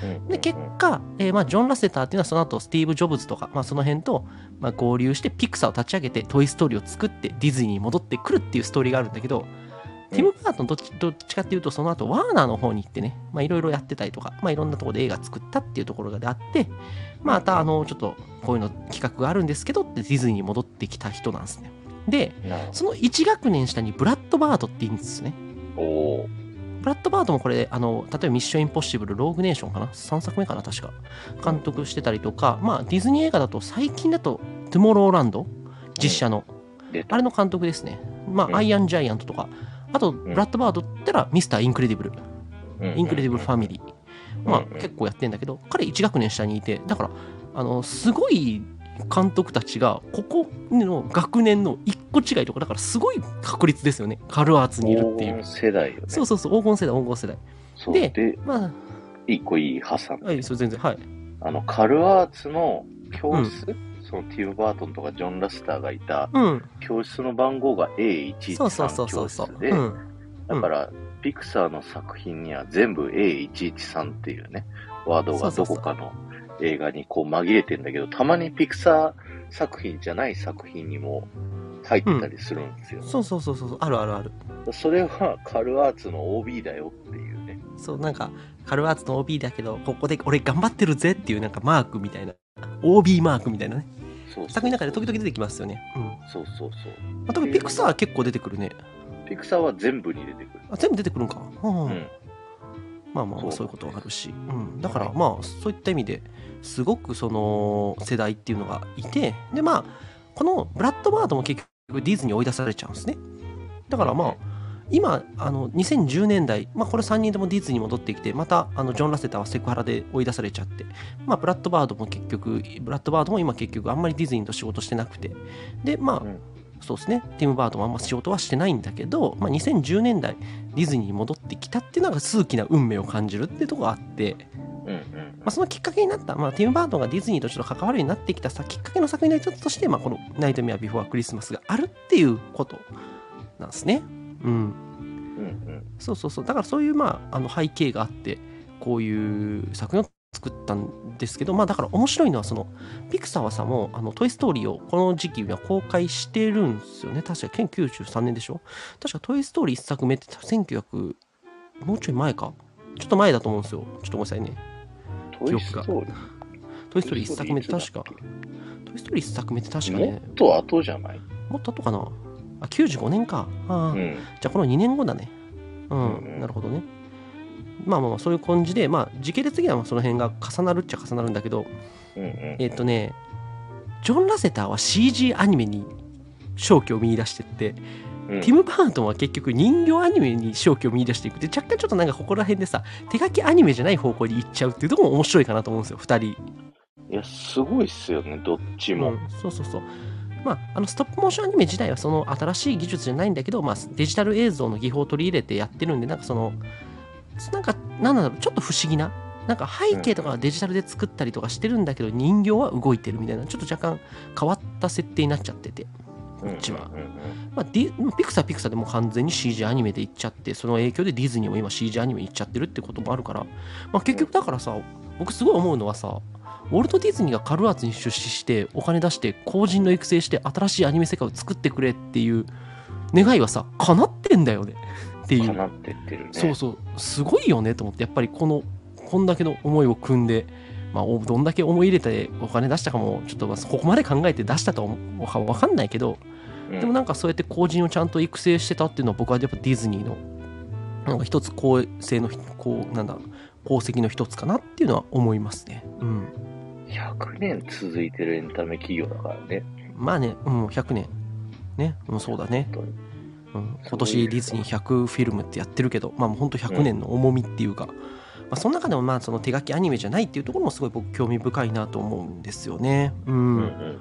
S1: うんうんうん
S2: で結果、えーまあ、ジョン・ラセターっていうのはその後スティーブ・ジョブズとか、まあ、その辺と、まあ、合流してピクサーを立ち上げてトイ・ストーリーを作ってディズニーに戻ってくるっていうストーリーがあるんだけどティム・バートンどっちどっちかっていうとその後ワーナーの方に行ってねまあいろいろやってたりとか、まあ、いろんなところで映画作ったっていうところがあってまあまたあのちょっとこういうの企画があるんですけどってディズニーに戻ってきた人なんですねで
S1: なるほ
S2: その1学年下にブラッド・バートっていうんですね
S1: どおー
S2: ブラッドバートもこれ、あの、例えばミッションインポッシブル、ローグネーションかな ?3 作目かな確か。監督してたりとか、まあ、ディズニー映画だと最近だと、トゥモローランド実写の。
S1: 出た
S2: あれの監督ですね。ま
S1: うん
S2: あ、アイアンジャイアントとか。あと、ブラッドバートって言ったら、ミスター・インクレディブル。インクレディブル・ファミリー。まあ、
S1: うんうん
S2: 結構やってんだけど、彼1学年下にいて、だから、あの、すごい監督たちが、ここの学年の1個違いとか、だからすごい確率ですよね。カルアーツにいるってい
S1: 黄
S2: う。
S1: 金世代よね。
S2: そうそうそう、黄金世代、黄金世代。
S1: そう
S2: で
S1: で、
S2: まあ、
S1: 一個いい挟んで、
S2: はい、それ全然、はい。
S1: あの、カルアーツの教室、そのティム・バートンとかジョン・ラスターがいた
S2: うん、
S1: 教室の番号が
S2: そうそ
S1: A113
S2: うそうそ
S1: 教
S2: うそう。
S1: 室で
S2: う、ん、
S1: だから、ピクサーの作品には全部 A113 っていうね、ワードがどこかの映画にこう紛れてんだけど、たまにピクサー作品じゃない作品にも入ってたりするんですよ。
S2: そうそうそうそう、あるあるある。
S1: それはカルアーツの OB だよっていうね。
S2: そう、なんか、カルアーツの OB だけど、ここで俺頑張ってるぜっていうなんかマークみたいな、OB マークみたいなね。
S1: そうそう
S2: 作品の中で時々出てきますよね。うん。
S1: そうそうそう。
S2: あ特にピクサー結構出てくるね
S1: ピクサーは全部に出てくる。
S2: あ全部出てくるんか、うん
S1: うん。
S2: まあまあま
S1: そ
S2: あそうういうことはあるし、うん、だからまあそういった意味ですごくその世代っていうのがいてでまあこのブラッドバードも結局ディズニーに追い出されちゃうんですねだからまあ今あの2010年代、まあ、これ3人ともディズニーに戻ってきてまたあのジョン・ラセターはセクハラで追い出されちゃって、まあ、ブラッドバードも結局ブラッドバードも今結局あんまりディズニーと仕事してなくてでまあ、
S1: うん
S2: そうですねティム・バートもあんま仕事はしてないんだけど、まあ、2010年代ディズニーに戻ってきたっていうのが数奇な運命を感じるってとこがあって、
S1: うんうん
S2: まあ、そのきっかけになった、まあ、ティム・バートンがディズニーとちょっと関わるようになってきたさきっかけの作品の一つとして、まあ、この「ナイト・メア・ビフォー・クリスマス」があるっていうことなんですね。うん、
S1: うんうん
S2: そうそうそうだからそういう、まあ、あの背景があってこういう作品を作ったんですけどまあだから面白いのはそのピクサーはさもうあの「トイ・ストーリー」をこの時期には公開してるんですよね確か1993年でしょ確か「トイ・ストーリー」1作目って1900もうちょい前かちょっと前だと思うんですよちょっとごめんなさいね
S1: トイ・ストーリー。
S2: 「トイ・ストーリー」1作目って確か「トイ・ストーリー」1作目って確か
S1: も
S2: ね
S1: っと後じゃない
S2: もっと後かなあ95年かああ、
S1: うん。
S2: じゃあこの2年後だね。うん、
S1: うんうん
S2: なるほどね。まあまあまあそういう感じで、まあ時系列的にはその辺が重なるっちゃ重なるんだけど、
S1: うんうん。
S2: えっ、とね、ジョン・ラセターは CG アニメに勝機を見出してって、
S1: うん
S2: ティム・バートンは結局人形アニメに勝機を見出していくで若干ちょっとなんかここら辺でさ手書きアニメじゃない方向に行っちゃうっていうところも面白いかなと思うんですよ2人
S1: いや、すごいっすよね、どっちも。
S2: うん、そうそうそうまあ、あのストップモーションアニメ自体はその新しい技術じゃないんだけど、まあ、デジタル映像の技法を取り入れてやってるんでなんかそのなんかなんだろうちょっと不思議ななんか背景とかはデジタルで作ったりとかしてるんだけど人形は動いてるみたいなちょっと若干変わった設定になっちゃってて、
S1: うんうんうん
S2: こっちはまあ、ディピクサーピクサーでもう完全に CG アニメでいっちゃってその影響でディズニーも今 CG アニメいっちゃってるってこともあるから、まあ、結局だからさ僕すごい思うのはさウォルト・ディズニーがカルアーツに出資してお金出して後人の育成して新しいアニメ世界を作ってくれっていう願いはさ叶ってんだよねっていう
S1: かなってってるね。
S2: そうそうすごいよねと思ってやっぱりこのこんだけの思いを組んで、まあ、おどんだけ思い入れてお金出したかもちょっとまあここまで考えて出したとは思うか分かんないけど
S1: うん。
S2: でもなんかそうやって後人をちゃんと育成してたっていうのは僕はやっぱディズニーのなんか一つ構成のひこうなんだ功績の一つかなっていうのは思いますね。うん、
S1: 100年続いてるエンタメ企業だからね。
S2: まあね、うん、100年ね、うん、そうだね、
S1: 本
S2: うん、今年ディズニー100フィルムってやってるけどまあもうほんと100年の重みっていうか、まあ、その中でもまあその手書きアニメじゃないっていうところもすごい僕興味深いなと思うんですよね。
S1: 当
S2: う
S1: に。うんんうんうんうん。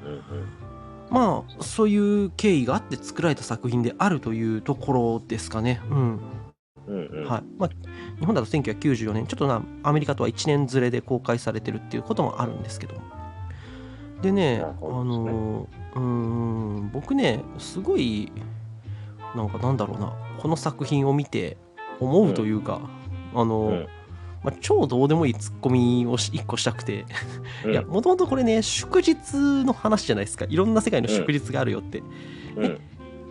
S2: まあそういう経緯があって作られた作品であるというところですかね。うん
S1: うんうん。
S2: はいまあ、日本だと1994年ちょっとなアメリカとは1年ずれで公開されてるっていうこともあるんですけどでね
S1: なる
S2: あ
S1: ほどですね
S2: のうーん僕ねすごいなんかなんだろうなこの作品を見て思うというか、あの、
S1: うん
S2: まあ、超どうでもいいツッコミを1個したくて
S1: うん
S2: いやもともとこれね祝日の話じゃないですかいろんな世界の祝日があるよって、
S1: うん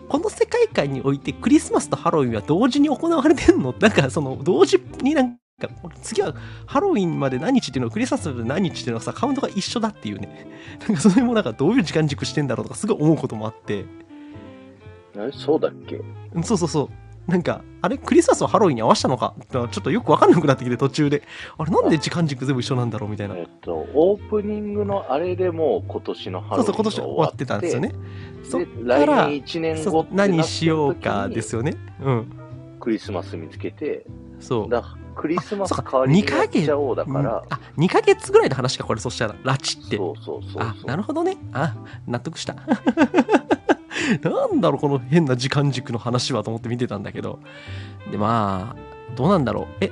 S2: この世界観においてクリスマスとハロウィンは同時に行われてんの (laughs) なんかその同時になんか次はハロウィンまで何日っていうのクリスマスまで何日っていうのがさカウントが一緒だっていうね (laughs) なんかそれもなんかどういう時間軸してんだろうとかすごい思うこともあって
S1: あれそうだっけ
S2: うんそうそうそうなんかあれクリスマスをハロウィンに合わせたのかってのはちょっとよく分かんなくなってきて途中であれなんで時間軸全部一緒なんだろうみたいな
S1: えっと、オープニングのあれでもう今年のハ
S2: そ
S1: ロ
S2: う
S1: ウ
S2: そ
S1: ィン
S2: う今
S1: が
S2: 年は終わってたんですよねそ
S1: で
S2: っか
S1: 来
S2: ら
S1: 年1年
S2: そ
S1: 後
S2: う
S1: ってなった時に
S2: 何しようかですよねうん
S1: クリスマス見つけて、
S2: そう
S1: だクリスマス
S2: あそうか
S1: 代わりにやっちゃおうだか
S2: う
S1: ら
S2: ん、あ2ヶ月ぐらいの話かこれそしたら拉致って
S1: そうそうそうそう。
S2: あなるほどねあ納得した (laughs) なんだろうこの変な時間軸の話はと思って見てたんだけどでまあどうなんだろうえ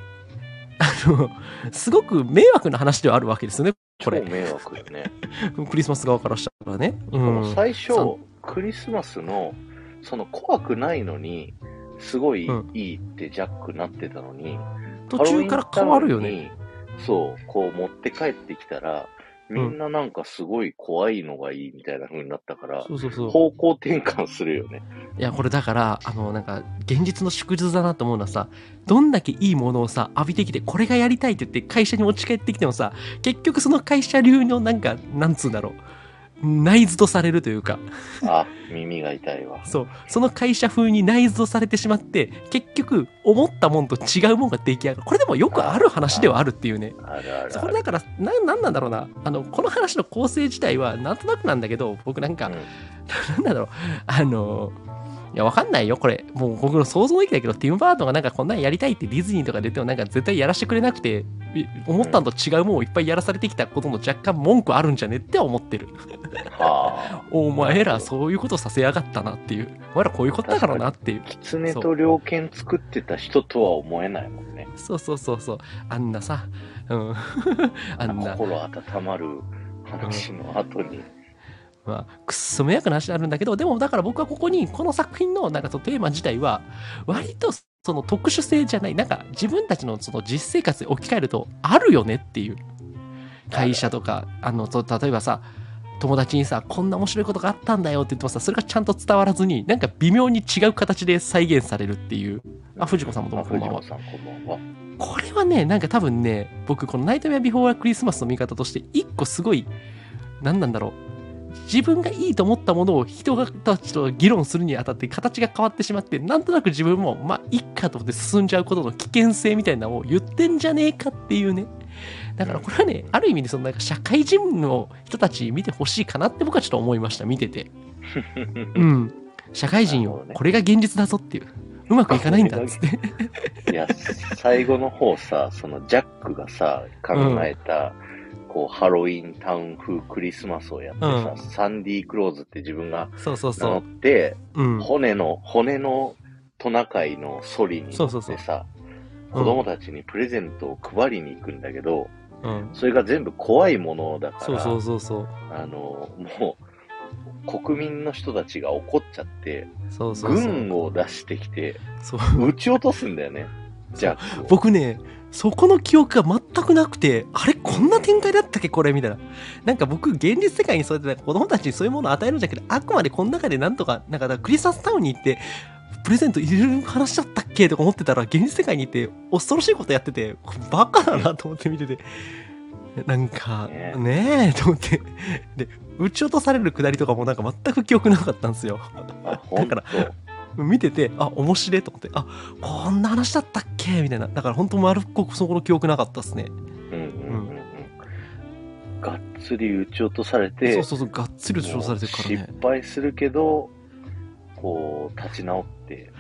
S2: あのすごく迷惑な話ではあるわけですよねこれ
S1: 超迷惑よね。
S2: クリスマス側からしたらね、 (laughs) う
S1: で
S2: ん、
S1: も最初
S2: そ、
S1: クリスマスの、その怖くないのに、すごい
S2: うん
S1: いいってジャックなってたのに、
S2: 途中から変わるよね。
S1: そう、こう持って帰ってきたら、みんななんかすごい怖いのがいいみたいな風になったから、
S2: そうそうそう
S1: 方向転換するよね。
S2: いやこれだからあのなんか現実の縮図だなと思うのはさどんだけいいものをさ浴びてきてこれがやりたいって言って会社に持ち帰ってきてもさ結局その会社流のなんかなんつうんだろう内図とされるというか、
S1: あ、耳が痛いわ。
S2: そう、その会社風に内蔵されてしまって、結局、思ったもんと違うもんが出来上がる。これでもよくある話ではあるっていうね。
S1: あるある
S2: そ
S1: あ
S2: こ
S1: る。
S2: だから、な、なんなんだろうな。あの、この話の構成自体は、なんとなくなんだけど、僕なんか、なんだろう、あの、いや、わかんないよ、これ。もう僕の想像できないけど、ティム・バートンがなんかこんなんやりたいってディズニーとか出てもなんか絶対やらせてくれなくて、い思ったのと違うもんをいっぱいやらされてきたことも若干文句あるんじゃねって思ってる。
S1: はあ。
S2: お前らそういうことさせやがったなっていう。お前らこういうことだからなっていう。
S1: 狐と猟犬作ってた人とは思えないもんね。
S2: そうそうそうそう。あんなさ、うん。 (laughs) あんな、
S1: 心温まる話の後に。
S2: まあ、くっそ迷惑な話になるんだけど、でもだから僕はここに、この作品のなんかそのテーマ自体は、割とその特殊性じゃない、なんか自分たちのその実生活で置き換えると、あるよねっていう。会社とか、あの、と例えばさ、友達にさ、こんな面白いことがあったんだよって言ってもさ、それがちゃんと伝わらずに、なんか微妙に違う形で再現されるっていう。あ藤子さんもどうも
S1: あ
S2: こんばんは
S1: 藤子さんこんばんは。
S2: これはね、なんか多分ね、僕、このナイトメアビフォーアクリスマスの見方として、一個すごい、何なんだろう。自分がいいと思ったものを人がたちと議論するにあたって形が変わってしまって、なんとなく自分も、まあ、いっかと思って進んじゃうことの危険性みたいなのを言ってんじゃねえかっていうね。だからこれはね、ある意味でそのなんか社会人の人たち見てほしいかなって僕はちょっと思いました、見てて。うん。社会人
S1: なるほ
S2: よ
S1: ど、ね
S2: これが現実だぞっていう。うまくいかないんだっつって。
S1: いや、最後の方さ、そのジャックがさ、考えた、こう、ハロウィンタウン風クリスマスをやってさ、
S2: うん
S1: サンディークローズって自分が
S2: (laughs) そうそう
S1: 名乗
S2: そ
S1: って、
S2: う。うん。
S1: 骨の、骨のトナカイのソリに乗
S2: そう
S1: っ
S2: そうそう
S1: てさ、子供たちにプレゼントを配りに行くんだけど、
S2: うん。
S1: それが全部怖いものだから、
S2: そうそうそうそう。
S1: あの、もう、国民の人たちが怒っちゃって、
S2: そうそうそう。
S1: 軍を出してきて、
S2: そう
S1: 撃ち落とすんだよね、ジャックを。
S2: 僕ね、そこの記憶が全くなくて、あれこんな展開だったっけこれみたいな。なんか僕、現実世界にそうやってなんか子供たちにそういうものを与えるんじゃなくて、あくまでこの中でなんとか、なんかだからクリスマスタウンに行って、プレゼントいろいろ話しちゃったっけとか思ってたら、現実世界に行って、恐ろしいことやってて、バカだなと思って見てて。なんか、
S1: ね
S2: ねえ、と思って。で、撃ち落とされるくだりとかもなんか全く記憶なかったんですよ。
S1: あ、ほんと
S2: だ。見ててあ面白いと思ってあこんな話だったっけみたいなだから本当丸っこくそこの記憶なかったですね
S1: うんうんうんうん。がっつり撃ち落とされて、
S2: そうそうそうがっつりと称されてるからね
S1: 失敗するけど、こう、立ち直って、
S2: で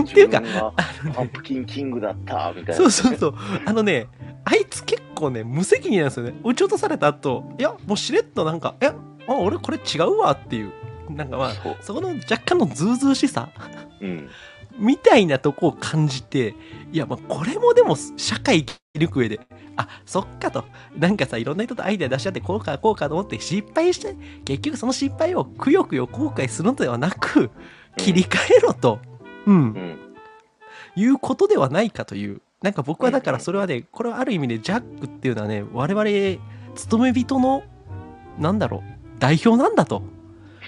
S2: っていうか
S1: 自分がパンプキンキングだった、みたいな。
S2: そうそうそうあのねあいつ結構ね無責任なんですよね撃ち落とされた後いやもうしれっとなんか「えあ俺これ違うわ」っていうなんかまあ
S1: そう
S2: そこの若干のズうずうしさ
S1: うん。
S2: みたいなとこを感じて、いや、まあ、これもでも、社会生き抜く上で、あ、そっかと、なんかさ、いろんな人とアイデア出し合って、こうか、こうかと思って、失敗して、結局その失敗をくよくよ後悔するのではなく、切り替えろと、うん、
S1: うん。
S2: いうことではないかという。なんか僕はだ
S1: う
S2: から
S1: んうん
S2: それはね、これはある意味でジャックっていうのはね、我々、勤め人の、なんだろう、代表なんだと。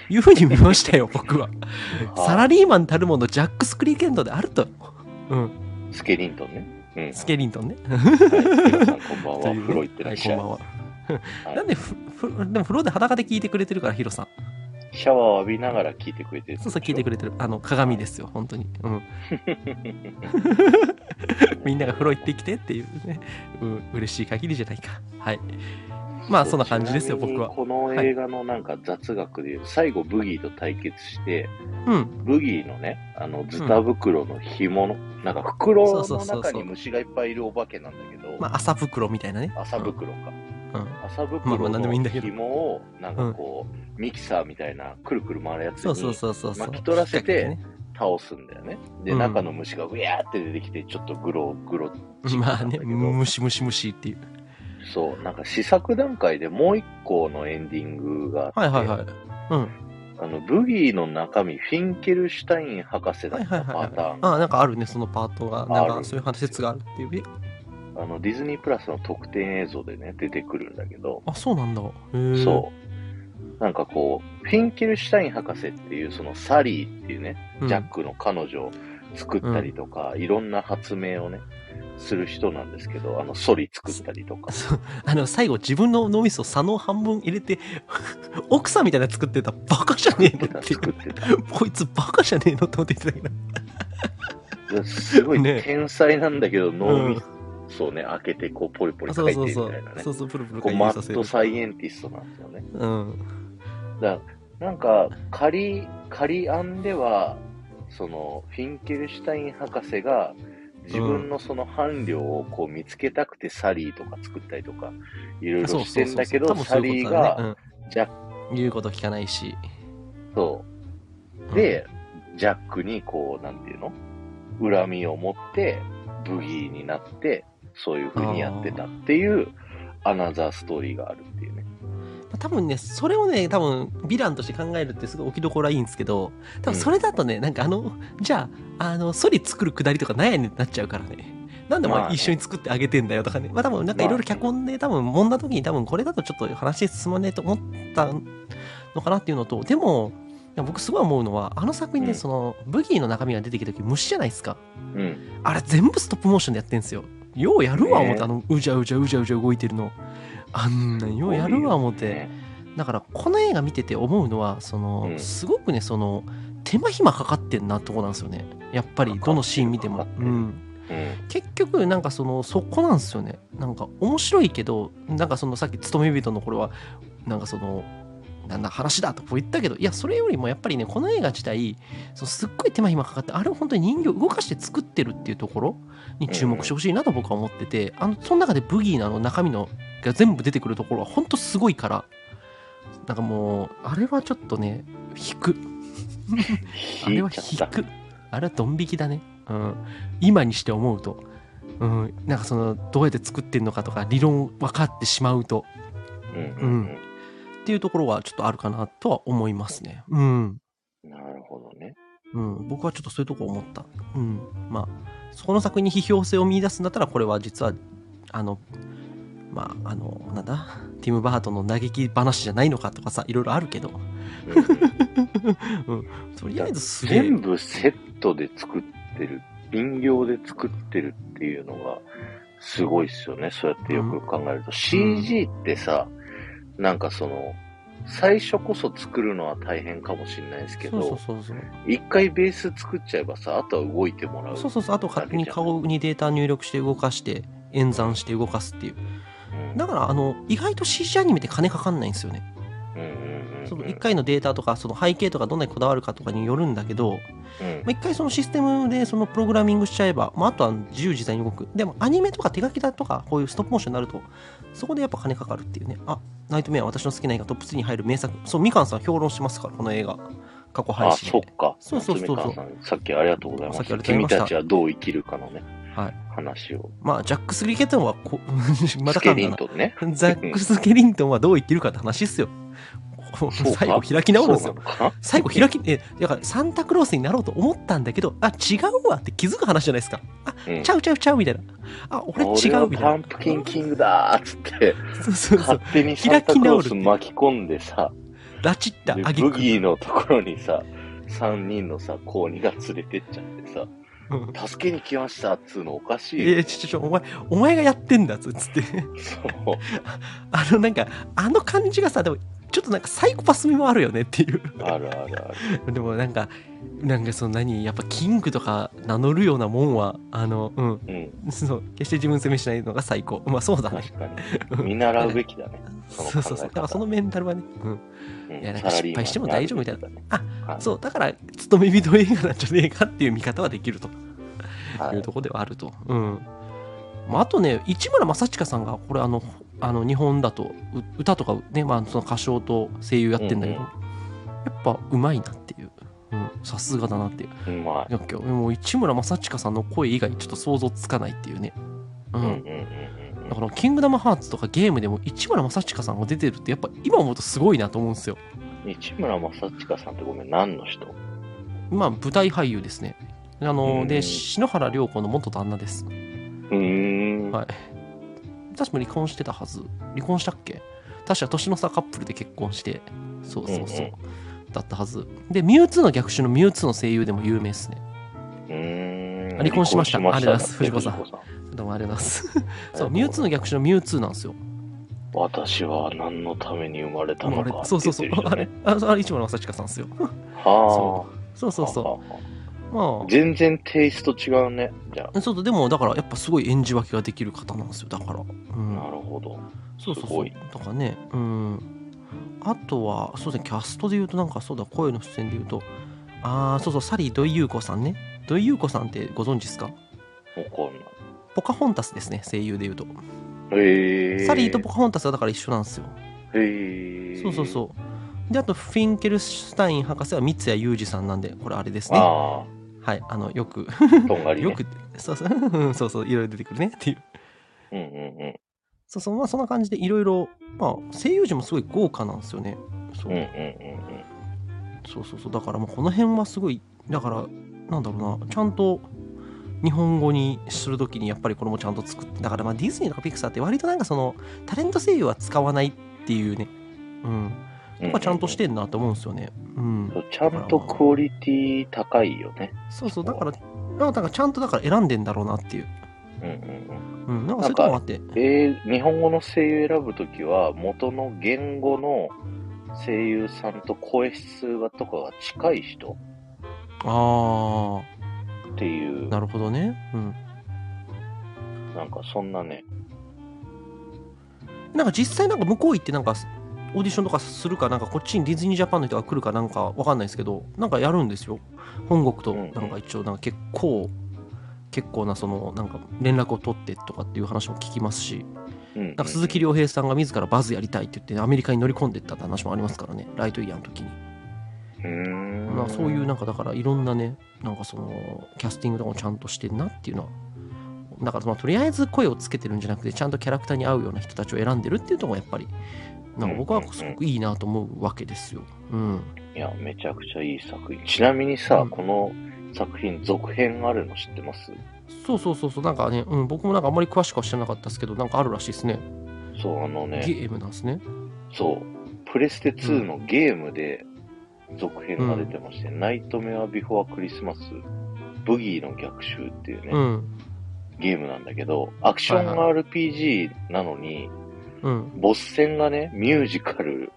S2: いうふうに見ましたよ、
S1: (laughs)
S2: 僕は。サラ
S1: リ
S2: リーマンたるものジャック・スクリケントであると。うん、
S1: スケリントンね。うん。
S2: スケリントンね。
S1: はい、皆さんこんばん
S2: と
S1: は。
S2: いうね
S1: 風呂行ってらっしゃい。
S2: はいこんばん
S1: は
S2: は。
S1: い
S2: なんでふ、ふでも風呂で裸で聞いてくれてるから、ヒロさん。
S1: シャワーを浴びながら聞いてくれてる。
S2: そうそう、聞いてくれてる。あの、鏡ですよ、本当に。うん。
S1: (laughs)
S2: みんなが風呂行ってきてっていうね。うん、嬉しい限りじゃないか。はい。まあ、そんな感じですよ、
S1: ちなみ
S2: 僕
S1: に
S2: は。
S1: この映画のなんか雑学で言う、最後ブギーと対決して、
S2: うん。
S1: ブギーのね、あの、ズタ袋の紐の、なんか袋
S2: そう
S1: の
S2: そうそう
S1: 中
S2: そ
S1: に
S2: う
S1: 虫がいっぱいいるお化けなんだけど、
S2: まあ、朝袋みたいなね。
S1: 麻袋か。
S2: うん。
S1: 麻
S2: まあま
S1: 袋
S2: あなんでもいいん
S1: の
S2: だけど
S1: 紐を、なんかこう、ミキサーみたいな、くるくる回るやつ
S2: そうそう
S1: に
S2: そうそうそう。
S1: 巻き取らせて
S2: ね
S1: 倒すんだよね。で、
S2: うん
S1: 中の虫がウィーって出てきて、ちょっとグログロ。
S2: まあね、
S1: だけど
S2: ムシムシムシっていう。
S1: そう、なんか試作段階でもう一個のエンディングがあって、
S2: はいはいはい。うん。
S1: あの、ブギーの中身、フィンケルシュタイン博士だ
S2: はい
S1: っ
S2: はい
S1: た
S2: はい
S1: パターン。
S2: ああなんかあるねそのパートがなん
S1: あ
S2: か
S1: る
S2: そういう話説があるっていうえ
S1: あの、ディズニープラスの特典映像でね、出てくるんだけど、
S2: あそうなんだへえ
S1: そう。なんかこう、フィンケルシュタイン博士っていう、そのサリーっていうね、
S2: うん
S1: ジャックの彼女を作ったりとか、いろんな発明をね、する人なんですけど、あの、ソリ作ったりと
S2: (laughs)
S1: か。
S2: そうあの最後自分の脳みそを左脳半分入れて (laughs) 奥さんみたいなの作ってたバカじゃねえのって
S1: (laughs)
S2: い
S1: 作
S2: う
S1: ってた。
S2: こいつバカじゃねえのって思って言ってたけど
S1: すごい
S2: ね
S1: 天才なんだけど、脳み
S2: うん
S1: そをね、開けて、こう、ポリポリ
S2: あ
S1: 書
S2: そう
S1: い
S2: そう
S1: てみ
S2: そ
S1: たいうなね
S2: そ。うそうプルプル
S1: こう、
S2: 回
S1: マ
S2: 転させ
S1: ッ
S2: る
S1: ドサイエンティストなんですよね。
S2: うん
S1: だからなんか仮仮案ではそのフィンケルシュタイン博士が自分のその伴侶をこう見つけたくてサリーとか作ったりとかいろいろ
S2: そう
S1: し
S2: そ
S1: て
S2: うんそう
S1: だ
S2: そ
S1: け
S2: う多
S1: ど
S2: 分
S1: サ
S2: そうい
S1: リー
S2: うことだ
S1: が
S2: ね
S1: ジャック
S2: うん言うこと聞かないし
S1: とでジャックにこうなんていうの恨みを持ってブギーになってそういう風にやってたっていうアナザーストーリーがあるっていうね
S2: まあ多分ね、それをね、多分、ヴィランとして考えるってすごい置きどころはいいんですけど、多分それだとね、なんかあの、じゃあ、あの、ソリ作るくだりとか悩んでなっちゃうからね。なんで
S1: ま
S2: も
S1: あね
S2: 一緒に作ってあげてんだよとかね。まあ多分、なんかいろいろ脚本で多分、揉んだ時に多分、これだとちょっと話進まねえと思ったのかなっていうのと、でも、いや僕すごい思うのは、あの作品
S1: う
S2: で
S1: ん
S2: その、ブギーの中身が出てきた時、虫じゃないですか。
S1: うん
S2: あれ全部ストップモーションでやってんすよ。ようやるわ、思っ
S1: ね
S2: て、あの、うじゃうじゃうじゃうじゃ動いてるの。あんなんようやるわ、思って。
S1: ね
S2: だからこの映画見てて思うのはその、
S1: うん
S2: すごくねその手間暇かかってんなとこなんですよねやっぱりどのシーン見て
S1: か
S2: も
S1: かっ、て
S2: う
S1: る
S2: ん、
S1: うん
S2: 結局なんかそのそこなんですよねなんか面白いけどなんかそのさっき勤め人の頃はなんかそのなんだ話だとこう言ったけどいやそれよりもやっぱりねこの映画自体そのすっごい手間暇かかってあれを本当に人形を動かして作ってるっていうところに注目してほしいなと僕は思ってて、あのその中でブギーのあの中身のが全部出てくるところは本当すごいからなんかもうあれはちょっとね引くあれ
S1: 引
S2: はい
S1: ちゃった
S2: 引くあれはドン引きだね、うん、今にして思うと、うん、なんかそのどうやって作ってるのかとか理論分かってしまうと
S1: うんうん
S2: っていうところはちょっとあるかなとは思いますねうん、
S1: うんなるほどね
S2: うん、僕はちょっとそういうとこ思ったうんまあそこの作品に批評性を見出すんだったらこれは実はあのまああのなんだティム・バートンの嘆き話じゃないのかとかさいろいろあるけどとりあえずすげえ
S1: 全部セットで作ってる人形で作ってるっていうのがすごいっすよねそうやってよく考えると、CG ってさなんかその最初こそ作るのは大変かもしれないですけ
S2: そう
S1: ど
S2: そうそうそう
S1: 一回ベース作っちゃえばさあとは動いてもらう
S2: そうそうそうあと勝手に顔にデータ入力して動かして演算して動かすっていう
S1: うん
S2: だからあの意外と CG アニメって金かかんないんですよね
S1: うんうんうん
S2: その1回のデータとかその背景とかどんなにこだわるかとかによるんだけど、
S1: うん
S2: まあ、1回そのシステムでそのプログラミングしちゃえば、まあ、あとは自由自在に動くでもアニメとか手書きだとかこういうストップモーションになるとそこでやっぱ金かかるっていうねあナイトメアは私の好きな映画トップ3に入る名作そうみかんさん評論してますからこの映画過去配
S1: あ
S2: 信
S1: そ
S2: で
S1: っか
S2: そうそうそうそう
S1: 夏目川さんさっきありがとうございま
S2: さっきあ
S1: す
S2: り
S1: 君
S2: がとうございました
S1: たちはどう生きるかのね、
S2: はい
S1: 話を
S2: まあジャックス・リケトンはこ (laughs) ま
S1: ス
S2: た
S1: ケ
S2: 噛ん
S1: リ
S2: だ
S1: ン
S2: な
S1: トンね
S2: ザックス・ケリントンはどう生きるかって話っすよ。こう
S1: そうか
S2: 最後開き直るんです
S1: そう
S2: よ。
S1: なのかな
S2: 最後開き、え、だからサンタクロースになろうと思ったんだけど、あ、違うわって気づく話じゃないですか。あ、
S1: うん
S2: ちゃうちゃうちゃうみたいな。あ、俺違う
S1: 俺
S2: み
S1: はパン
S2: たいな。
S1: プキンキングだーっつって、
S2: そう (laughs) そうそう
S1: 勝。手にサンタクロース巻き込んでさ、
S2: ラチった
S1: で
S2: あげ
S1: ブギーのところにさ、3人のさ、高2が連れてっちゃってさ、助けに来ましたっつうのおかしいよ。
S2: えちょちょちょ、お前、お前がやってんだっつつって。
S1: そう。
S2: あの、なんか、あの感じがさ、でも、ちょっとなんかサイコパス味もあるよねっていう。
S1: あるあるある。
S2: でもなんか、なんかその何、やっぱキングとか名乗るようなもんは、あの、うん、
S1: うん、
S2: (laughs) そう決して自分責めしないのが最高まあそうだね
S1: 確かに。見習うべきだね。その考え方
S2: そうそうそうだからそのメンタルはね、うん、
S1: うん
S2: いやなんか
S1: サラリーマン
S2: 失敗しても大丈夫みたいな
S1: にるべきだ
S2: あ
S1: ねはい
S2: そうだから勤め人映画なんじゃねえかっていう見方はできると
S1: はい
S2: いうところではあると、うんまあ、あとね市村正親さんがこれあのあの日本だとう歌とかね、まあ、その歌唱と声優やってんだけど、
S1: うんう
S2: やっぱうまいなっていううんさすがだなっていう
S1: うま
S2: いや今日もう市村正親さんの声以外ちょっと想像つかないっていうね
S1: い。うんうん
S2: うん
S1: うんうん
S2: だから、キングダムハーツとかゲームでも市村正親さんが出てるって、やっぱ今思うとすごいなと思うんですよ。
S1: うん。市村正親さんってごめん、何の人
S2: まあ、舞台俳優ですね。あ
S1: う
S2: の、
S1: ん
S2: で、篠原涼子の元旦那です。
S1: うーん。
S2: はい確か離婚してたはず。離婚したっけ確か年の差カップルで結婚して、そうそうそう。
S1: うん
S2: だったはず。で、ミュウツーの逆襲のミュウツーの声優でも有名ですね。
S1: うーん。
S2: 離婚しました
S1: 離婚
S2: ありがとうございます藤子さん
S1: だって藤子
S2: どうもありがとうござ
S1: (laughs)
S2: います。そ
S1: ありがとう
S2: う、
S1: ございます
S2: ミュウツーの逆襲のミュウツーなんですよ。
S1: 私は何のために生まれたの
S2: もうあれ
S1: か。
S2: そうそうそう
S1: って言。
S2: あ
S1: ってる
S2: (laughs) れ、ああれ、市村正親さんですよ。
S1: 人ね
S2: そ
S1: は
S2: そう
S1: あ。
S2: そうそ
S1: はあは
S2: う。
S1: あ
S2: ま
S1: 全然テイスト違うね。じゃ
S2: あ、そうそう、でも、だから、やっぱすごい演じ分けができる方なんですよ。だから。う
S1: あ。
S2: ん
S1: な。るほど。
S2: そうそう
S1: す
S2: そ
S1: ご
S2: う。
S1: い
S2: だからね、うん。あとは、そうですね、キャストで言うと、なんかそうだ、声の出演で言うと、ああ、そうそう、サリー・土井優子さんね。土井優子さんってご存知ですか
S1: わかん
S2: ポカホンタスですね、声優で言うと。
S1: ない。へえ。
S2: サリーとポカホンタスはだから一緒なんですよ。
S1: へえ。
S2: そうそうそう。で、あと、フィンケルシュタイン博士は三谷裕二さんなんで、これあれですね。は
S1: あ
S2: い、あの、よく、
S1: あ、とんがり、ね。
S2: (laughs) よく、そうそう、うん (laughs) そうそう、いろいろ出てくるねっていう。
S1: うんうん
S2: そうそう、まあそんな感じでいろいろ、まあ声優陣もすごい豪華なんですよね。そ
S1: うん。うんう
S2: う,、
S1: んうん
S2: そうそうそう、だからもうこの辺はすごい、だから、なんだろうな、ちゃんと日本語にするときにやっぱりこれもちゃんと作って、だからまあディズニーとかピクサーって割となんかその、タレント声優は使わないっていうね、うん、
S1: うん。
S2: まあちゃんとしてんなと思うんですよね。うん。
S1: そう。ちゃんとクオリティ高いよね。
S2: そうそう、だから、なんかちゃんとだから選んでんだろうなっていう。
S1: うんうんうん。
S2: うん、なんかそういうとこもあって。
S1: えー、日本語の声優選ぶときは、元の言語の声優さんと声質がとかが近い人
S2: あ
S1: っていう
S2: あ、なるほどね。うん。
S1: なんかそんなね、
S2: なんか実際なんか向こう行ってなんかオーディションとかするかなんかこっちにディズニージャパンの人が来るかなんかわかんないですけどなんかやるんですよ本国と
S1: うんうん
S2: なんか一応なんか結構結構なそのなんか連絡を取ってとかっていう話も聞きますし
S1: うんうんうん
S2: なんか鈴木亮平さんが自らバズやりたいって言ってアメリカに乗り込んでったって話もありますからねライトイヤーの時に、
S1: うーん
S2: まあ、そういうなんかだからいろんなねなんかそのキャスティングとかもちゃんとしてんなっていうのはだからまあとりあえず声をつけてるんじゃなくてちゃんとキャラクターに合うような人たちを選んでるっていうところがやっぱりなんか僕はすごくいいなと思うわけですよ。うん、
S1: いや、めちゃくちゃいい作品。ちなみにさ、
S2: うん
S1: この作品、続編あるの知ってます
S2: そうそうそうそうなんかね、うん、僕もなんかあんまり詳しくは知らなかったですけどなんかあるらしいですね
S1: そう、あの
S2: ゲ
S1: ね、
S2: ームなんですね。
S1: そう、プレステ2のゲームで続編が出てまして、ナイトメアビフォアクリスマス、ブギーの逆襲っていうね、
S2: うん
S1: ゲームなんだけど、アクション RPG なのに、
S2: うん、
S1: ボス戦がね、ミュージカル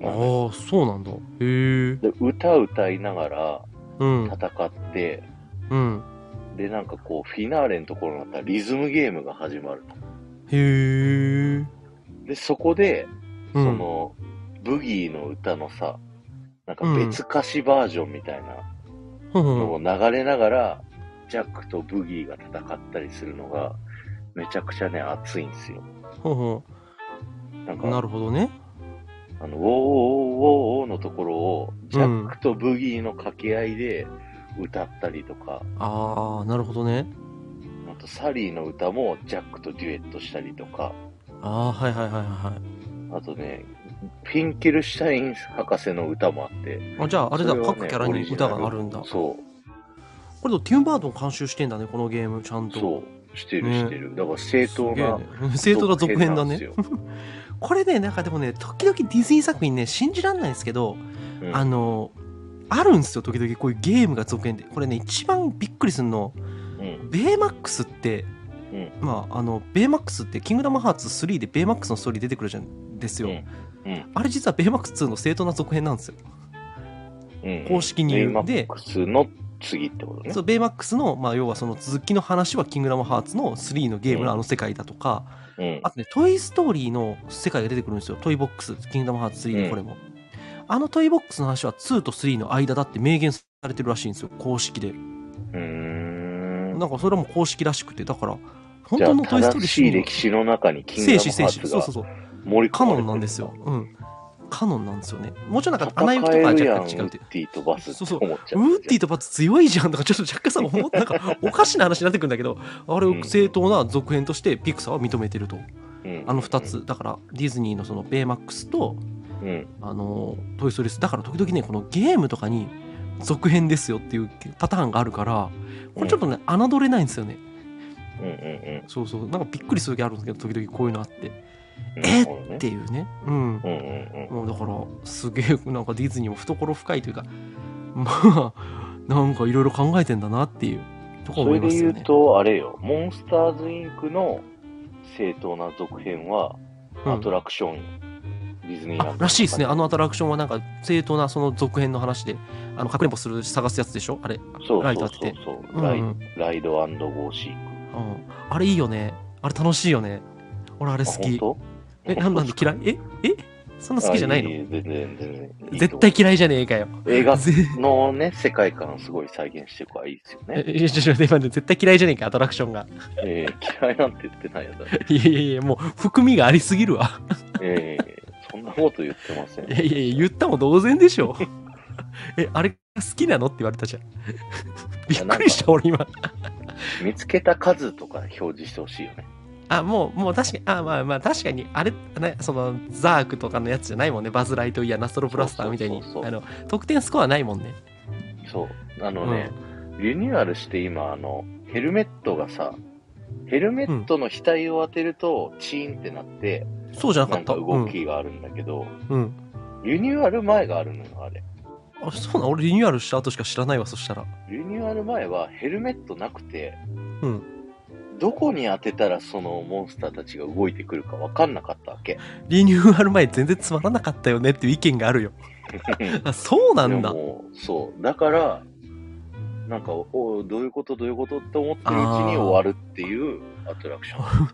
S2: あ
S1: な
S2: あ
S1: のよ
S2: ーそうなんだへえ
S1: で歌歌いながら
S2: うん
S1: 戦って、
S2: うん
S1: で、なんかこう、フィナーレのところになったらリズムゲームが始まる
S2: へえ
S1: で、そこで、
S2: うん
S1: その、ブギーの歌のさ、なんか別歌詞バージョンみたいな
S2: うん
S1: のを流れながら、ジャックとブギーが戦ったりするのが、めちゃくちゃね、熱いんですよ。
S2: うん
S1: なん
S2: うんな
S1: か、
S2: るほどね
S1: あの、ウォーウォーウォーウォーのところを、ジャックとブギーの掛け合いで歌ったりとか、
S2: ああなるほどね
S1: あとサリーの歌もジャックとデュエットしたりとか、
S2: ああはいはいはいはいはい
S1: あとね、フィンケルシュタイン博士の歌もあって、
S2: あじゃああれだ
S1: それはね
S2: 各キャラに歌があるんだこ
S1: そう、
S2: れでもティム・バートン監修してんだねこのゲームちゃんと
S1: そう、してる
S2: ね
S1: してる。だから正当な、
S2: すげえね正当な続編だ
S1: なんです
S2: ね
S1: よ。
S2: これねなんかでもね時々ディズニー作品ね信じらんないんですけど、
S1: うん
S2: あのあるんですよ時々こういうゲームが続編でこれね一番びっくりするの
S1: うん、
S2: ベイマックスって、
S1: うん
S2: まああのベイマックスって「キングダムハーツ3」でベイマックスのストーリー出てくるじゃんですよ、
S1: うんうん
S2: あれ実はベイマックス2の正当な続編なんですよ
S1: うん。
S2: 公式に
S1: ネイ
S2: 言う
S1: マ
S2: で
S1: ックスの次ってことね。
S2: そうベイマックスの、まあ、要はその続きの話は「キングダムハーツ」の3のゲームのあの世界だとか、
S1: うん
S2: あとね「トイ・ストーリー」の世界が出てくるんですよ「トイボックス」「キングダムハーツ3」
S1: う
S2: の
S1: ん
S2: これも、あのトイボックスの話は2と3の間だって明言されてるらしいんですよ公式で
S1: うーん。
S2: なんかそれはもう公式らしくてだから本
S1: じゃ
S2: 当
S1: あ、
S2: の「トイ・スト
S1: 正
S2: ーリー」
S1: しい歴史の中にキング
S2: 生
S1: ダム
S2: 死
S1: ハ
S2: 生
S1: ー
S2: 死
S1: ツ
S2: そうそう
S1: が
S2: そう
S1: 盛り込
S2: カ
S1: ま
S2: ノ
S1: れて
S2: ンなんですようんカノンなんですよねもうちろんなんか「アナ
S1: 戦
S2: 雪」と
S1: え
S2: かは
S1: るやん、ウ
S2: 若
S1: ッ
S2: 干違うって
S1: ディとバスって思っちゃう。
S2: ウッディとバッツ強いじゃんとかちょっと若干さ
S1: (laughs)
S2: 思っなんかおかしな話になってくるんだけどあれを正当な続編としてピクサーは認めてると
S1: うん
S2: あの2。つだからディズニーのそのベイマックスと
S1: うん。
S2: あのトイ・ストーリースだから時々ねこのゲームとかに続編ですよっていうパターンがあるからこれちょっとね侮れないんですよね
S1: うんうんうん
S2: そうそうなんかびっくりする時あるんですけど時々こういうのあって
S1: うん。なる
S2: え
S1: ほどね
S2: っていうねうん
S1: うんうん
S2: もうだからすげえなんかディ (laughs) ズニーも懐深いというかまあなんかいろいろ考えてんだなっていうとか
S1: そ
S2: 思
S1: れ
S2: いま
S1: です言
S2: よ
S1: う
S2: ね。
S1: と、あれよ、モンスターズインクの正当な続編は、
S2: うん
S1: アトラクション、ディズニーラ
S2: あ
S1: ンド。
S2: らしいですね。あのアトラクションはなんか正当なその続編の話で、あの、かくれんぼする探すやつでしょあれ。
S1: そう
S2: ラ
S1: そう
S2: イトあっ
S1: そう
S2: て
S1: そう、
S2: うん
S1: ライ
S2: うん
S1: ライドゴーシーク。
S2: あれいいよね。あれ楽しいよね。俺あれ
S1: あ
S2: 好
S1: 本
S2: き。
S1: 当
S2: え、なんなんで嫌いええそんな好きじゃないの
S1: あい全然、全然。いいと
S2: 絶
S1: 思う
S2: 対嫌いじゃねえかよ。
S1: 映画
S2: ぜ (laughs)
S1: のね、世界観をすごい再現していくはいいですよね。
S2: えいやちょちょ待って待って絶対嫌いじゃねえか、アトラクションが。
S1: えー嫌いなんて言ってないよ、だって
S2: いやいやいや、もう含みがありすぎるわ。
S1: えーそんなこと言ってません。
S2: いやいやいや、言ったも同然でしょ。 (laughs) え、あれ好きなのって言われ
S1: (laughs)
S2: たじゃん。びっくりした、俺今。
S1: 見つけた数とか表示してほしいよね。
S2: あ、もう、もう確かに、あ、まあまあ確かに、あれ、ね、その、ザークとかのやつじゃないもんね。バズ・ライトイヤー、ナストロブラスターみたい
S1: そ
S2: に
S1: うそうそう。そう
S2: あの、得点スコアないもんね。
S1: そう。あのね、リニューアルして今、あの、ヘルメットがさ、ヘルメットの額を当てると、チーンってなって、
S2: そうじゃなか
S1: な
S2: っ
S1: ん
S2: た。
S1: か
S2: う
S1: 動
S2: ん
S1: きがあるんだけど、
S2: うん。
S1: リニューアル前があるのよ、あれ。
S2: あ、そうなん俺リニューアルした後しか知らないわ、そしたら。
S1: リニューアル前はヘルメットなくて、
S2: うん
S1: どこに当てたらそのモンスターたちが動いてくるか分かんなかったわけ。
S2: リニューアル前全然つまらなかったよねっていう意見があ
S1: (laughs)
S2: るよ。あ、そうなんだ
S1: で。もそう。だから、なんか、おおどういうことどういうことって思ってるうちに終わるっていうアトラクショ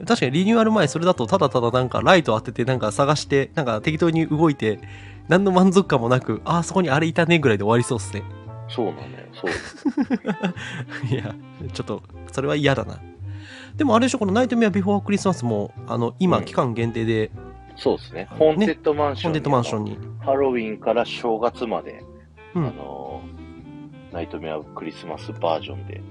S1: ン。
S2: 確かにリニューアル前それだとただただなんかライト当ててなんか探してなんか適当に動いて何の満足感もなくあーそこにあれいたねぐらいで終わりそうっすね (laughs)
S1: そうなのよ。そう。
S2: いやちょっとそれは嫌だなでもあれでしょこの「ナイトメアビフォークリスマスも」あの今
S1: うん
S2: 期間限定で
S1: そうですね。ホーンテッドマンシ
S2: コ
S1: ョン
S2: ン
S1: に、
S2: テントマンションに、
S1: ハロウィンから正月まで、
S2: う
S1: あ
S2: ん、
S1: のー、ナイトメアクリスマスバージョンで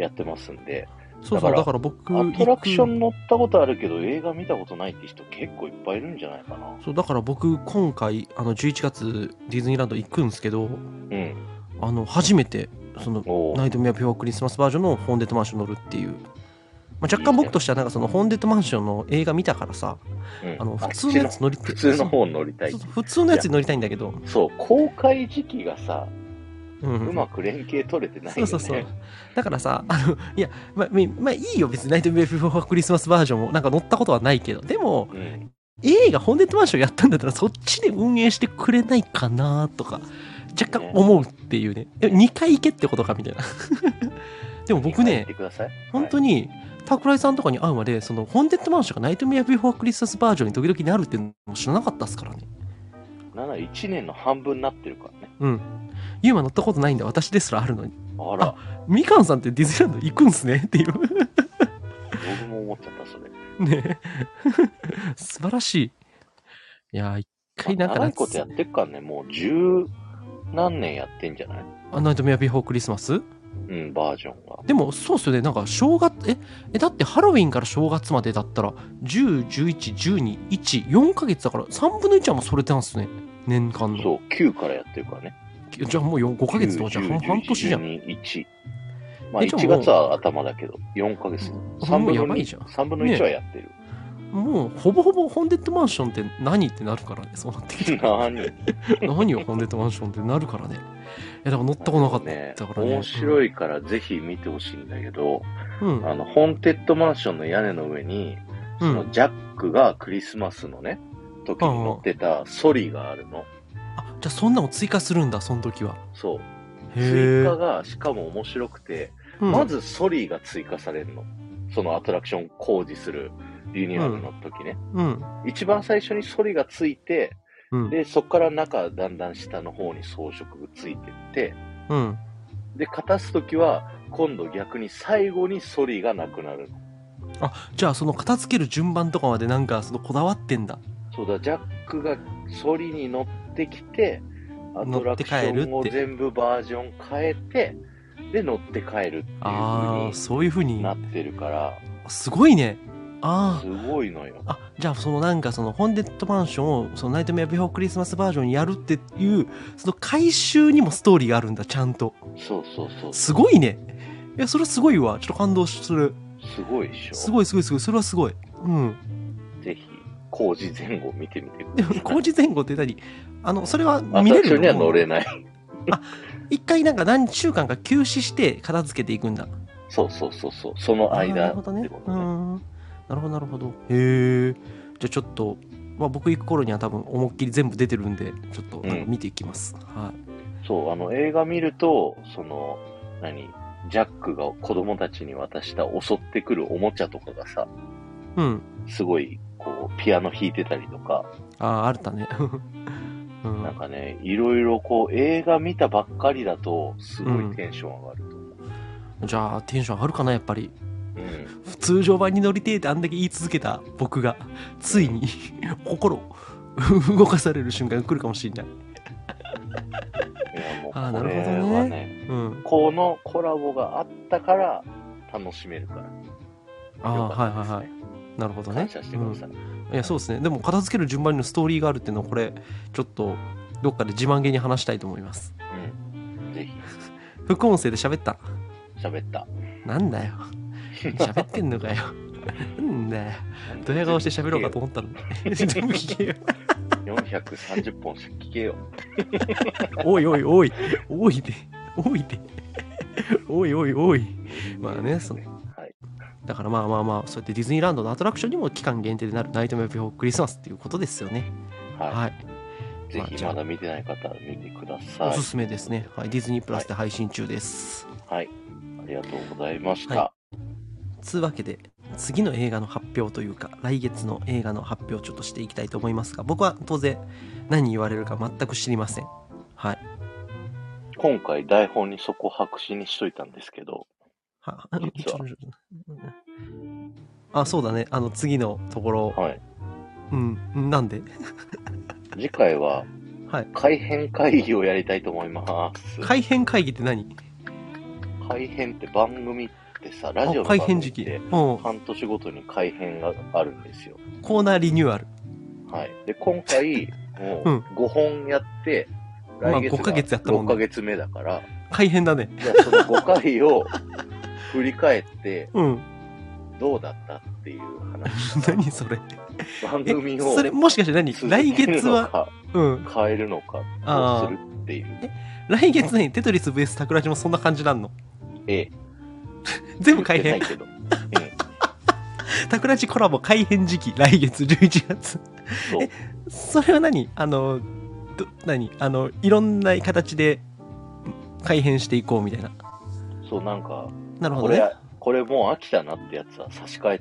S1: やってますんで、
S2: そうそ
S1: だ
S2: う
S1: から
S2: だから僕
S1: アトラクショ
S2: 行く
S1: ン乗ったことあるけど、映画見たことないって人結構いっぱいいるんじゃないかな。
S2: そうだから僕今回あの11月ディズニーランド行くんですけど
S1: うん。
S2: あの初めてその
S1: お
S2: ナ
S1: ー
S2: イトメアピュアクリスマスバージョンのホーンデッドマンション乗るっていう、まあ、若干僕としてはなんかそのホーンデッドマンションの映画見たからさ
S1: うん
S2: あの普通のやつ乗りて
S1: 普通の方乗りたい
S2: そう。そう普通のやつに乗りたいんだけど
S1: そう、公開時期がさ、
S2: うん
S1: うまく連携取れてないよね。
S2: そうそうそうだからさあのいやまあみまあいいよ別にナイトメアピュアクリスマスバージョンもなんか乗ったことはないけどでも
S1: うん。
S2: 映画ホーンデッドマンションやったんだったらそっちで運営してくれないかなとか若干思うっていうねえ2回行けってことかみたいな (laughs) でも僕
S1: 言っ
S2: ね
S1: てください。
S2: 本当に桜井さんとかに会うまでそのホーンデッドマンションがナイトメアビフォークリスマスバージョンに時々なるっていうのも知らなかったっすからね
S1: はい。なんなら1年の半分になってるからね。
S2: うんユーマ乗ったことないんだ私ですらあるのに
S1: あら、
S2: みかんさんってディズニーランド行くんすねっていう
S1: 僕も思っちゃった、それ。
S2: ね (laughs) え素晴らしいいやー一回なん
S1: まあ
S2: か
S1: 長
S2: 夏
S1: いことやってるからね、もう十何年やってんじゃない
S2: あナイトメアビフォークリスマス
S1: うん、バージョンが。
S2: でもそうっすよねなんか正月ええだってハロウィンから正月までだったら10111214ヶ月だから3分の1はもうそれってなんすね年間の
S1: そう、9からやってるからね。
S2: じゃあもうよ5ヶ月と
S1: 9
S2: かじゃん
S1: 10
S2: 半半年じゃん。
S1: 12 1。まあ
S2: えじゃあ
S1: 1
S2: もう
S1: 月は頭だけど、4ヶ月。3
S2: もう
S1: 分
S2: や
S1: の
S2: ばい
S1: 2
S2: じゃん、
S1: 三分の1はやってる。
S2: もうほぼほぼホーンデッドマンションって何ってなるからねそうなってきて
S1: なに
S2: 何よホーンデッドマンションってなるからねいやだから乗ったことなかった、
S1: ね
S2: だからね
S1: 面白いからぜひ見てほしいんだけど、
S2: うん
S1: あの、ホーンテッドマンションの屋根の上に、
S2: う
S1: そ
S2: ん
S1: のジャックがクリスマスのね、時に乗ってたソリがあるの。
S2: あじゃあそんなも追加するんだその時は
S1: そう。追
S2: へ
S1: 加
S2: え、
S1: が、しかも面白くて、
S2: うん
S1: まずソリが追加されるの。そのアトラクション工事するリニューアルの時ね。
S2: うん
S1: 一番最初にソリがついて、
S2: うん
S1: で、そこから中、だんだん下の方に装飾がついてって、
S2: うん
S1: で、勝たす時は、今度逆に最後にソリがなくなるの。
S2: じゃあその片付ける順番とかまでなんかそのこだわってんだ
S1: そうだ、ジャックがソリに乗ってきて、アトラクション
S2: 乗っ
S1: を
S2: て帰るって
S1: 全部バージョン変えて、で、乗って帰るっていう
S2: ああ
S1: 風
S2: そういうふう
S1: に
S2: に
S1: なってるから、
S2: すごいねあ
S1: すごいのよ。
S2: ああじゃあそのなんかそのホーンデッドマンションをそのナイトメアビフォークリスマスバージョンにやるっていうその回収にもストーリーがあるんだちゃんと
S1: そうそうそう。
S2: すごいねいやそれはすごいわちょっと感動する
S1: すごいでしょ。
S2: すごいすごいすごいそれはすごいうん
S1: ぜひ、工事前後見てみてく
S2: で
S1: だ
S2: も
S1: さい。
S2: 工事前後って何あのそれは
S1: ア (laughs)
S2: 見
S1: ト
S2: れ
S1: ラクショ
S2: る
S1: ンには乗
S2: の
S1: れない。
S2: 一回なんか何週間か休止して片付けていくんだ
S1: そうそうそうそう、その
S2: あーな
S1: 間
S2: るほどね
S1: ってこ
S2: う
S1: とね
S2: んなるほどなるほどへえじゃあちょっと、まあ、僕行く頃には多分思いっきり全部出てるんでちょっとなんか見ていきます、はい
S1: そう、あの映画見ると、その、何、ジャックが子供たちに渡した襲ってくるおもちゃとかがさ、
S2: うん
S1: すごい、こう、ピアノ弾いてたりとか、
S2: あああったね (laughs) うん
S1: なんかね、いろいろこう、映画見たばっかりだと、すご
S2: うん
S1: いテンション上がると思う。
S2: じゃあテンション上がるかなやっぱり
S1: うん、
S2: 通常版に乗りてえってあんだけ言い続けた僕がついに (laughs) 心を動かされる瞬間が来るかもしれない
S1: いや、もう、
S2: (laughs) あー
S1: これ
S2: なるほど
S1: は
S2: ね
S1: ね、
S2: うん
S1: このコラボがあったから、楽しめるから。
S2: ああ
S1: よ
S2: は
S1: かっ
S2: い
S1: たで
S2: はい
S1: すね
S2: はいなるほどね
S1: 感謝してください。
S2: うんいやそうですねでも片付ける順番にストーリーがあるっていうのはこれちょっとどっかで自慢げに話したいと思います
S1: うん。ぜひ、
S2: 副音声で喋った
S1: 喋った。
S2: な
S1: (laughs)
S2: んだよ喋ってんのかよなんだよドヤ顔して喋ろうかと思
S1: (laughs)
S2: ったのに全部聞けよ
S1: 430本聞けよ。
S2: おいおいおいおいでおいでおいおいおいまあねそ
S1: はい。
S2: だからまあまあまあそうやってディズニーランドのアトラクションにも期間限定でなるナイトメアビフォークリスマスっていうことですよね
S1: はい。
S2: はい、
S1: ぜひまだ見てない方は見てくだ
S2: お
S1: さい
S2: す。すめですね、はい、ディズニープラスで配信中です、
S1: はい。ありがとうございました。
S2: はつうわけで次の映画の発表というか来月の映画の発表をちょっとしていきたいと思いますが僕は当然何言われるか全く知りませんはい
S1: 今回台本にそこ白紙にしといたんですけど、
S2: は
S1: 実は
S2: ちょちょあそうだねあの次のところ
S1: はい。
S2: うんなんで
S1: 次回は
S2: はい
S1: 改編会議をやりたいと思います。
S2: 改編会議って何
S1: 改編って番組ってさ、ラ
S2: あ
S1: ジオの
S2: 改
S1: 番
S2: 編
S1: 組
S2: 時
S1: っ
S2: 期
S1: て
S2: うん
S1: 半年ごとに改編があるんですよ。
S2: コーナーリニューアル
S1: はい。で、今回、も
S2: うん
S1: う5本やって、
S2: まあ
S1: 来月
S2: 5ヶ月やった
S1: 6
S2: もんね
S1: ヶ月目だから、
S2: 改編だね
S1: じゃあその5回を振り返って、
S2: うん (laughs)
S1: どうだったっていう話。
S2: 何それ
S1: 番
S2: え
S1: 組を
S2: それもしかして何
S1: 続け
S2: 来
S1: る
S2: 月
S1: の
S2: は
S1: か
S2: うん
S1: 変えるのか
S2: あ
S1: ど
S2: ー
S1: うするっていう
S2: 来月何テトリス VS タクラジもそんな感じな
S1: (laughs)
S2: んの
S1: え
S2: 全部改
S1: 言って
S2: 編
S1: ないけど
S2: タクラジコラボ改編時期来月11月
S1: そう
S2: それは何あのど何あのいろんな形で改編していこうみたいな
S1: そうなんか
S2: なるほ
S1: こ
S2: どね
S1: れこれもう飽きたなってやつは差し替え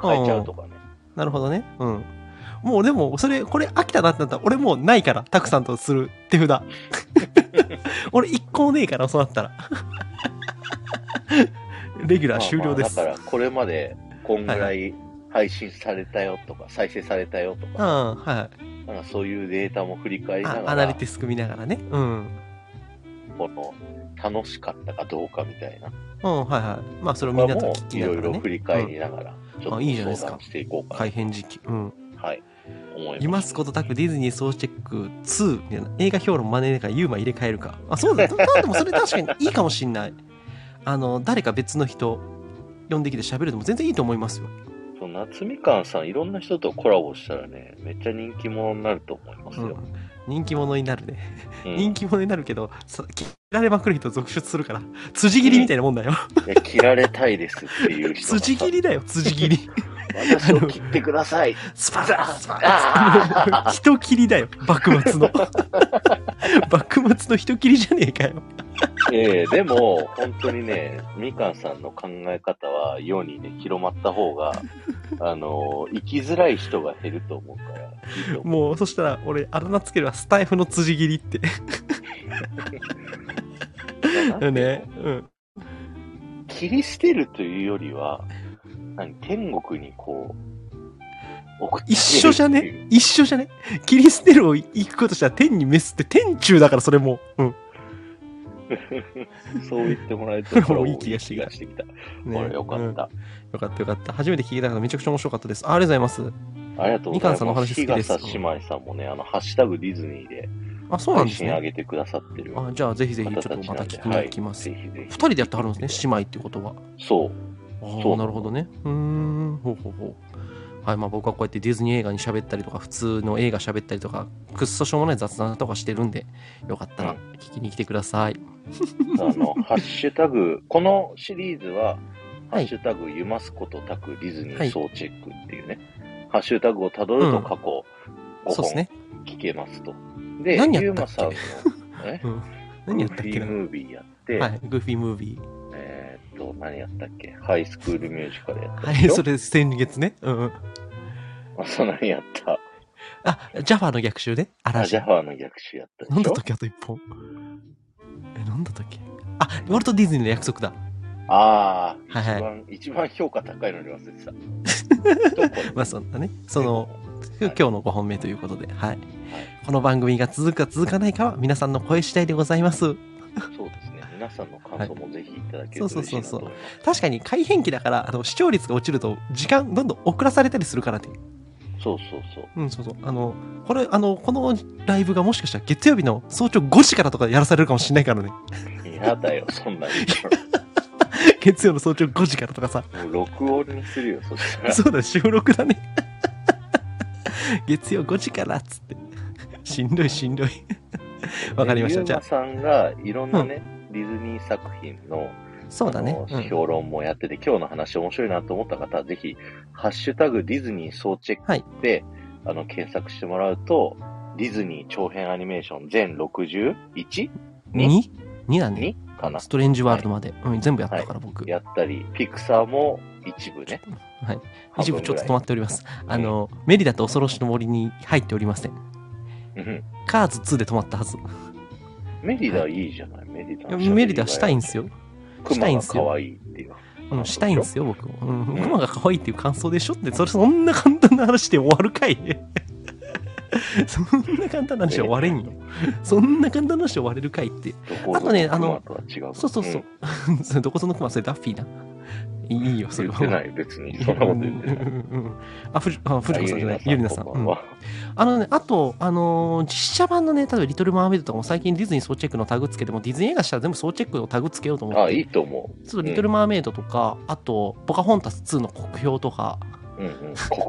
S1: 変えちゃうとかね
S2: なるほどねうんもうでもそれこれ飽きたなってなったら俺もうないからタクさんとする手札 (laughs) 俺一個もねえからそうな (laughs) ったら
S1: まあま
S2: レギュラー
S1: あ
S2: 終了です、
S1: だからこれまでこんぐらい配信されたよとか再生されたよとか
S2: うんはい
S1: なんかそういうデータも振り返りな
S2: あ
S1: が
S2: アナリ
S1: ら
S2: ティスク見ながらねうん
S1: この楽しかったかどうかみたいな
S2: うんはいはいまあそれをみんなと
S1: も
S2: 聞
S1: う
S2: き
S1: い
S2: な
S1: ろ
S2: が
S1: い
S2: ら
S1: ろ
S2: ね
S1: 振り返りながらちょ
S2: あ
S1: っ
S2: いいじゃないで
S1: と
S2: す
S1: 相
S2: か
S1: 談していこうか
S2: 改編時期うん
S1: なはい思い
S2: い
S1: ま
S2: ますすことたくディズニー総チェック2みたいな映画評論真似るかユーマ入れ替えるかあそ
S1: (laughs)
S2: うだたでもそれ確かにいいかもしんないあの誰か別の人呼んできて喋るのも全然いいと思いますよ
S1: そう夏みかんさんいろんな人とコラボしたらねめっちゃ人気者になると思います
S2: うん
S1: よ、
S2: 人気者になるね、
S1: うん
S2: 人気者になるけどさ切られまくる人続出するから辻切りみたいなもんだよ、
S1: いや切られたいですっていう人がさ
S2: 辻切りだよ辻切
S1: (laughs)
S2: り
S1: 私を切ってください
S2: スパダスパ
S1: あ
S2: ダ人切りだよ幕
S1: (laughs)
S2: 末の幕末の人切りじゃねえかよ
S1: ええでも本当にねみかんさんの考え方は世にね広まった方があの生きづらい人が減ると思うからいいと思う
S2: もうそしたら俺あだ名つけるはスタイフの辻切りって
S1: なんていうの
S2: ね、うん、
S1: 切り捨てるというよりは何天国にこう送って
S2: 一緒じゃ
S1: あげる (laughs) っていう
S2: ね一緒じゃね切り捨てるを行くことしたら天に召すって天中だからそれもう、
S1: そう言ってもらえたら
S2: もうい
S1: い
S2: い
S1: い
S2: 気
S1: 気
S2: が
S1: が
S2: してき
S1: してきた。
S2: たうん
S1: これよか
S2: うん
S1: っ
S2: よ
S1: た。
S2: かったよかった初めて聞いたからめちゃくちゃ面白かったですあありがとうございます
S1: ありがとうご
S2: みか
S1: ざ
S2: んさ
S1: い
S2: んの
S1: ま
S2: 話
S1: す。
S2: 好き
S1: 日
S2: です
S1: 笠姉妹さんもね、あの、ハッシュタグディズニーで
S2: あそうなん
S1: 配
S2: です
S1: 信上
S2: ね
S1: げてくださってる
S2: あじゃあぜひぜひ
S1: 方
S2: ちょ
S1: た
S2: っと
S1: ち
S2: ま
S1: な
S2: た
S1: んで、
S2: 聞きに行きます、
S1: はい、ぜひぜ
S2: 二
S1: ひ。
S2: 人でやってはるんですね姉妹ってことは
S1: そう。
S2: あ
S1: そ
S2: あ
S1: う
S2: なるほどねうーんほうほうほうはいまあ、僕はこうやってディズニー映画に喋ったりとか普通の映画喋ったりとかくっそしょうもない雑談とかしてるんでよかったら聞きに来てください、
S1: あの、 (laughs) ハッシュタグ、このシリーズは、ハ
S2: はい
S1: ッシュタグ、ゆますことたくディズニー総チェックっていうね、ハッシュタグをたどると過去
S2: そうです
S1: 5
S2: ね
S1: 本、聞けますと。で、
S2: 何
S1: ゆ
S2: や
S1: う
S2: った
S1: ま
S2: っけ
S1: さんの、え
S2: うん、 (laughs) 何やったっけ
S1: グー
S2: な
S1: フィームービーやって、
S2: はい、グーフィームービー。
S1: えーっと、何やったっけハイスクールミュージカルやった
S2: は
S1: でし
S2: い、
S1: ょ
S2: それ先月ね。うんうん。
S1: あそんなにやった。
S2: あ、ジャファーの逆襲ね。
S1: あ、
S2: 嵐。
S1: ジャファーの逆襲やったでしょ
S2: なんだったっけあと一本。え、なんだったっけあ、ウォルト・ディズニーの約束だ。
S1: ああ、
S2: はいはい
S1: 一番、一番評価高いのに忘れ
S2: (laughs)
S1: てた。どこ
S2: まあそんなね、その、今日の5本目ということで、はい。この番組が続くか続かないかは皆さんの声次第でございます。
S1: そうですね。皆さんの感想もぜひいただける
S2: はい
S1: と嬉しいなと
S2: そうそうそう
S1: 思います。
S2: 確かに改変期だから、あの、視聴率が落ちると、時間どんどん遅らされたりするからね。
S1: そうそうそう。
S2: うん、そうそう。あの、これ、あの、このライブがもしかしたら月曜日の早朝5時からとかやらされるかもしれないからね。 (laughs)
S1: 嫌だよ、そんな
S2: 月曜の早朝5時からとかさ。
S1: に。もう録音にするよ、そ (laughs) したら。
S2: そうだ、収録だね。月曜5時からっつって。しんどいしんどい。 (laughs) わかりましたじ
S1: ゆ
S2: ゃ
S1: う
S2: あ
S1: まさんがいろんなね、ディズニー作品の
S2: そうだね。
S1: あの評論もやってて、今日の話面白いなと思った方は、ぜひ、ハッシュタグディズニー総チェックで、あの、検索してもらうと、ディズニー長編アニメーション全 61? に
S2: 2?2 だね。
S1: 2かな
S2: ストレンジワールドまで。うん、全部やったから僕。
S1: やったり、ピクサーも一部ね。
S2: はい。一部ちょっと止まっております。
S1: ん
S2: あの、メリダと恐ろしの森に入っておりません。
S1: うん
S2: カーズ2で止まったはず。
S1: メリダいいじゃない、メリダ。
S2: メリダしたいんですよ。。
S1: ク
S2: した
S1: マ
S2: いん
S1: が
S2: ですよ
S1: 可愛いっていう。
S2: うん、したいんですよ、僕。うん、
S1: うん
S2: クマが可愛いっていう感想でしょ (laughs) って、それそんな簡単な話で終わるかい (laughs) そんな簡単な話は終われんよ。そんな簡単な話は終われるかいって。
S1: どこぞ
S2: あとねあの
S1: クマとは違う。
S2: そうそうそう。そ (laughs) れどこそのクマ、それダッフィーな。いいよ、それ
S1: 言っ
S2: は。
S1: てない、別に。そんなこと言ってな
S2: うん
S1: い。
S2: うんうんあ、ふじあ藤子さんじ (laughs) ゃない、ゆ
S1: ゆり
S2: りな
S1: な
S2: さん。
S1: こ
S2: うんん
S1: ばは
S2: あのね、あと、あのー実写版のね、例えば、リトル・マーメイドとかも最近ディズニー総チェックのタグつけても、ディズニー映画したら全部総チェックのタグつけようと思って。
S1: あ、いいと思う。
S2: そう、リトル・マーメイドとか、あと、ポカホンタス2の国評とか、 (laughs)
S1: うんうん。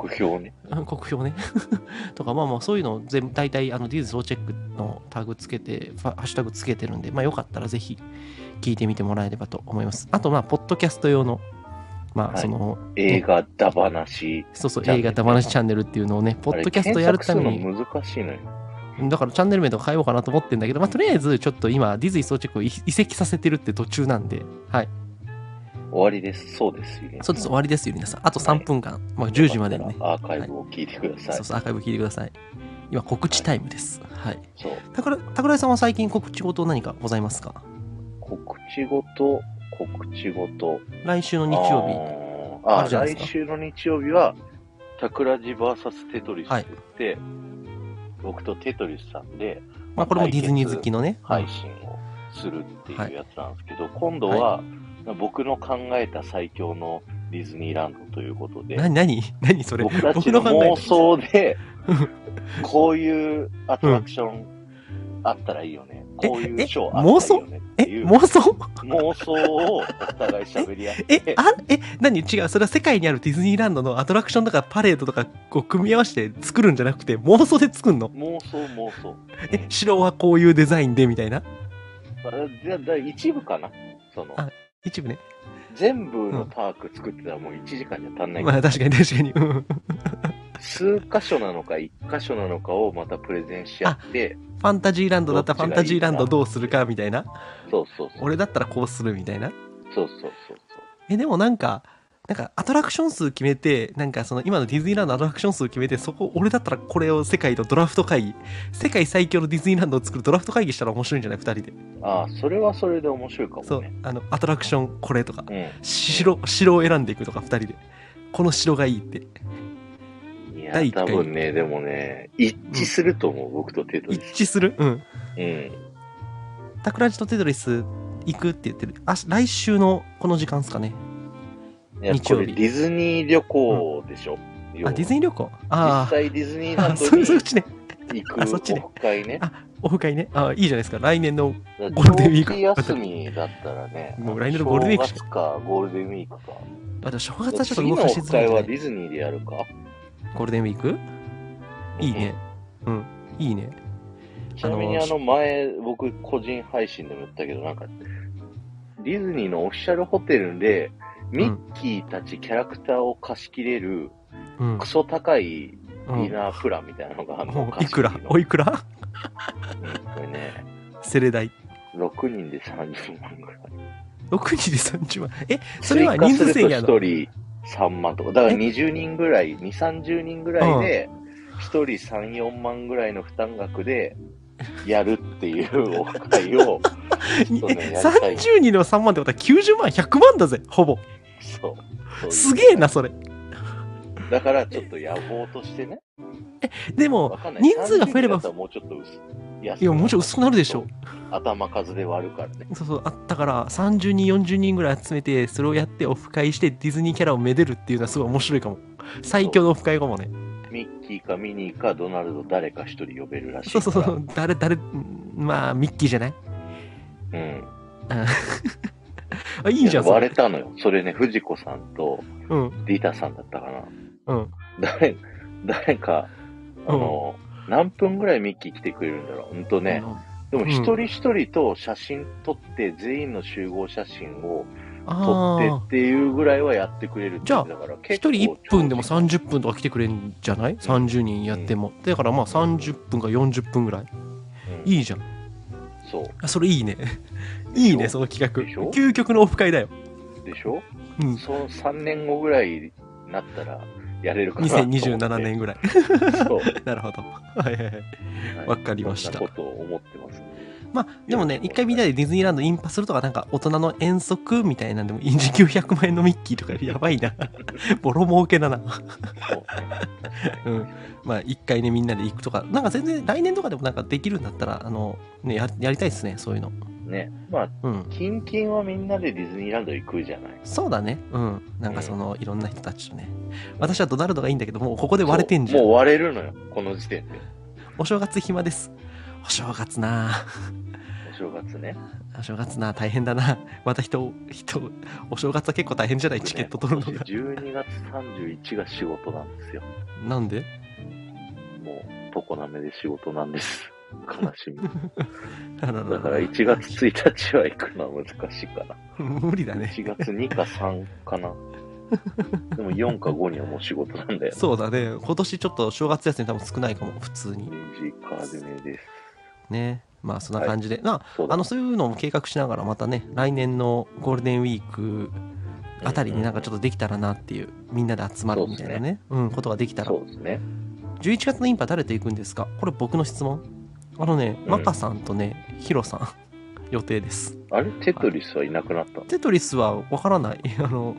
S1: 国評ね。
S2: あ国評ね。 (laughs) とか、まあまあ、そういうのを全部、大体、あの、ディズニー総チェックのタグつけて、ファハッシュタグつけてるんで、まあ、よかったらぜひ、聞いてみてもらえればと思います。あと、まあ、ポッドキャスト用の、ま
S1: は
S2: あ、
S1: い
S2: その、
S1: 映画だ話。
S2: そうそう、
S1: チャンネ
S2: 映
S1: ル
S2: 画だ話チャンネルっていうのをね、ポッドキャストやるため
S1: あれ
S2: に、
S1: 検索するの難しいのよ。
S2: だからチャンネル名とか変えようかなと思ってんだけど、まあ、とりあえずちょっと今、ディズニー総チェックを移移籍させてるって途中なんで、はい。
S1: 終わりです。そうです。ゆりなさ
S2: そうんです、終わりですよ、皆さん。あと
S1: はい
S2: 3分間、まあ、10時までにね、
S1: アーカイブを聞いてください。
S2: そうそう、アーカイブ聞いてください。今、告知タイムです。はい。
S1: そう。
S2: 桜桜井さんは最近告知事何かございますか
S1: 告知ごと、告知ごと。
S2: 来週の日曜
S1: あー
S2: あ
S1: あ
S2: るじゃない
S1: 来
S2: ですか
S1: 週の日曜日は、タクラジ VS テトリスって言って、僕とテトリスさんで
S2: 日、まあ、これもディズニー好きのね、
S1: 配信をするっていうやつなんですけど、今度は、僕の考えた最強のディズニーランドということで、
S2: な何何それ
S1: 僕たち
S2: 僕
S1: の
S2: の考え
S1: 妄想で、
S2: (laughs)
S1: こういうアトラクションあったらいいよね。
S2: え
S1: こういう
S2: え
S1: ショーあったらいいよねって
S2: え
S1: いう
S2: 妄想
S1: 妄想をお互い喋り合って
S2: (laughs) えあえ何違うそれは世界にあるディズニーランドのアトラクションとかパレードとかこう組み合わせて作るんじゃなくて妄想で作るの
S1: 妄想妄想。
S2: え城はこういうデザインでみたいな
S1: あじゃあ、だ一部かなその、
S2: あ一部ね
S1: 全部のパーク作ってたらもう1時間じゃ足んないけど、
S2: まあ確かに確かにうんフ
S1: 数箇所なのか1箇所なのかをまたプレゼンし合って、
S2: ァンタジーランドだったら
S1: ど
S2: フ
S1: っちがいいか
S2: ァンタジーランドどうするかみたいな
S1: そうそうそう。
S2: 俺だったらこうするみたいな
S1: そうそうそう
S2: えでもなんかなんかアトラクション数決めてなんかその今のディズニーランドのアトラクション数決めてそこ俺だったらこれを世界のドラフト会議世界最強のディズニーランドを作るドラフト会議したら面白いんじゃない2人で
S1: そう。ああ、それはそれで面白いか
S2: そ
S1: も
S2: う
S1: ね。
S2: あのアトラクションこれとか
S1: う
S2: 城城を選んでいくとか2人でこの城がいいって
S1: ん。いや、
S2: 第一
S1: 多
S2: 回
S1: 分ね、でもね、一致すると思う、僕とテトリス。
S2: 一致するうん
S1: うん。
S2: タクラジとテトリス行くって言ってるあ来週のこの時間ですかね
S1: いや、
S2: 日
S1: こ
S2: 曜
S1: れ
S2: 日
S1: ディズニー旅行でしょ。要
S2: あ
S1: は
S2: ディズニー旅行
S1: 実
S2: あー
S1: 際ディズニーラン
S2: あ
S1: ド
S2: (laughs) そ
S1: に
S2: うそっちね
S1: 行
S2: あそっち
S1: く
S2: ね
S1: オフ会ね。
S2: あオフ会ねあーいいじゃないですか来年の
S1: だ
S2: ゴールデンウィーク
S1: 長期休みだったらね、
S2: (laughs) もう来年のゴールデンウィーク
S1: 正月か、ゴールデンウィークか。
S2: あでも正月はちょっと
S1: 次の
S2: 動か
S1: オ
S2: し
S1: フ
S2: づらい
S1: 会
S2: んじゃ
S1: は
S2: な
S1: デ
S2: い
S1: ィズニーでやるか
S2: ゴールデンウィークいいね。うん。いいね。
S1: ちなみに
S2: あの
S1: あの前、僕個人配信でも言ったけど、なんか、ディズニーのオフィシャルホテルで、ミッキーたちキャラクターを貸し切れる、
S2: うん
S1: ク。ソ高いデ
S2: うん
S1: ィナープランみたいなのがあるの、
S2: もう
S1: 貸
S2: い
S1: し切
S2: く
S1: り
S2: ら
S1: の
S2: おいくら
S1: これね、
S2: セレ代。
S1: 6人で30万ぐらい。
S2: 6人で30万。え、それは人数制限や
S1: 追加
S2: の
S1: すると1人3万とか。だから20人ぐらい、2、30人ぐらいで、1人3、4万ぐらいの負担額で、やるっていうお会
S2: (laughs)
S1: を、
S2: に
S1: ちょっとね
S2: え
S1: やりたい
S2: 30人の3万ってことは90万、100万だぜ、ほぼ。
S1: そうそういう。
S2: すげえな、それ。
S1: だからちょっと野望としてね。
S2: でも
S1: わかん、ない
S2: 人数が増えれ
S1: 30人だ
S2: ば
S1: った、らもうちょっと薄安
S2: いや、もちろん薄くなるでしょ。。
S1: 頭数で割るからね。
S2: そうそう、あったから、30人、40人ぐらい集めて、それをやってオフ会して、ディズニーキャラをめでるっていうのはすごい面白いかも。最強のオフ会かもね。
S1: ミッキーかミニーかドナルド誰か一人呼べるらしい
S2: そ
S1: か
S2: う
S1: ら。
S2: そうそう、誰、誰、うんまあ、ミッキーじゃない
S1: うん。
S2: あ、いいじゃん、そ
S1: 割
S2: れ
S1: れ。たのよ。それね、藤子さんと
S2: うん、
S1: ディタさんだったかな。
S2: うん。
S1: 誰、誰か、あの、何分ぐらいミッキー来てくれるんだろう。うんとね、でも
S2: うん
S1: 一人一人と写真撮って、全員の集合写真を撮
S2: あ
S1: って
S2: あ
S1: っ。ていうぐらいはやってくれるって
S2: じゃあ
S1: だから
S2: 1
S1: 結
S2: 人
S1: 構
S2: 1分でも30分とか来てくれるんじゃない ?30 人やっても。だからまあ30分か40分ぐらい。
S1: うん
S2: いいじゃん。
S1: そう
S2: あそれいいね。いいね、
S1: でし
S2: そ
S1: ょ
S2: の企画
S1: でしょ。
S2: 究極のオフ会だよ。
S1: でしょ
S2: うん。
S1: その3年後ぐらいになったらやれるかなと思って
S2: 2027年ぐらい。 (laughs)
S1: そう
S2: なるほど。はいはいはい。
S1: はい
S2: わかりました
S1: そんなことを思ってます
S2: まあでもね、一回みんなでディズニーランドインパするとか、なんか大人の遠足みたいなんでも、時給100万円のミッキーとかやばいな。 (laughs) ボロ儲けだな。 (laughs)
S1: そう
S2: うん、まあ一回ねみんなで行くとかなんか全然来年とかでもなんかできるんだったらあの、ね、ややりたいですねそういうの
S1: ねまあ
S2: うん
S1: キンキンはみんなでディズニーランド行くじゃない
S2: そうだねうんなんかそのいろんな人たちとね私はドナルドがいいんだけどもうここで割れてんじゃ
S1: そうんもう割れるのよこの時点で
S2: お正月暇ですお正月なあ
S1: お正月ね
S2: (laughs) お正月なあ大変だなまた人人お正月は結構大変じゃないチケット取るの
S1: 僕
S2: が
S1: ね12月31が仕事なんですよ
S2: なんで
S1: もう常滑で仕事なんです悲しみ
S2: あらら
S1: だから1月1日は行くのは難しいかな
S2: (laughs) 無理だね
S1: 1月2か3かな。でも4か5にはもう仕事なんだよ。
S2: そうだね今年ちょっと正月休み多分少ないかも普通に
S1: 2時かでねです。
S2: ねまあそんな感じで、なあ
S1: そうだ
S2: あのそういうのも計画しながらまたね来年のゴールデンウィークあたりになんかちょっとできたらなっていうみんなで集まるみたいなね
S1: そう
S2: うん、ことができたら
S1: そうですね。
S2: 11月のインパ誰と行くんですかこれ僕の質問あのね
S1: うん
S2: マカさんとねヒロさん (laughs) 予定です
S1: あれテトリスはいなくなったの
S2: テトリスはわからない (laughs) あの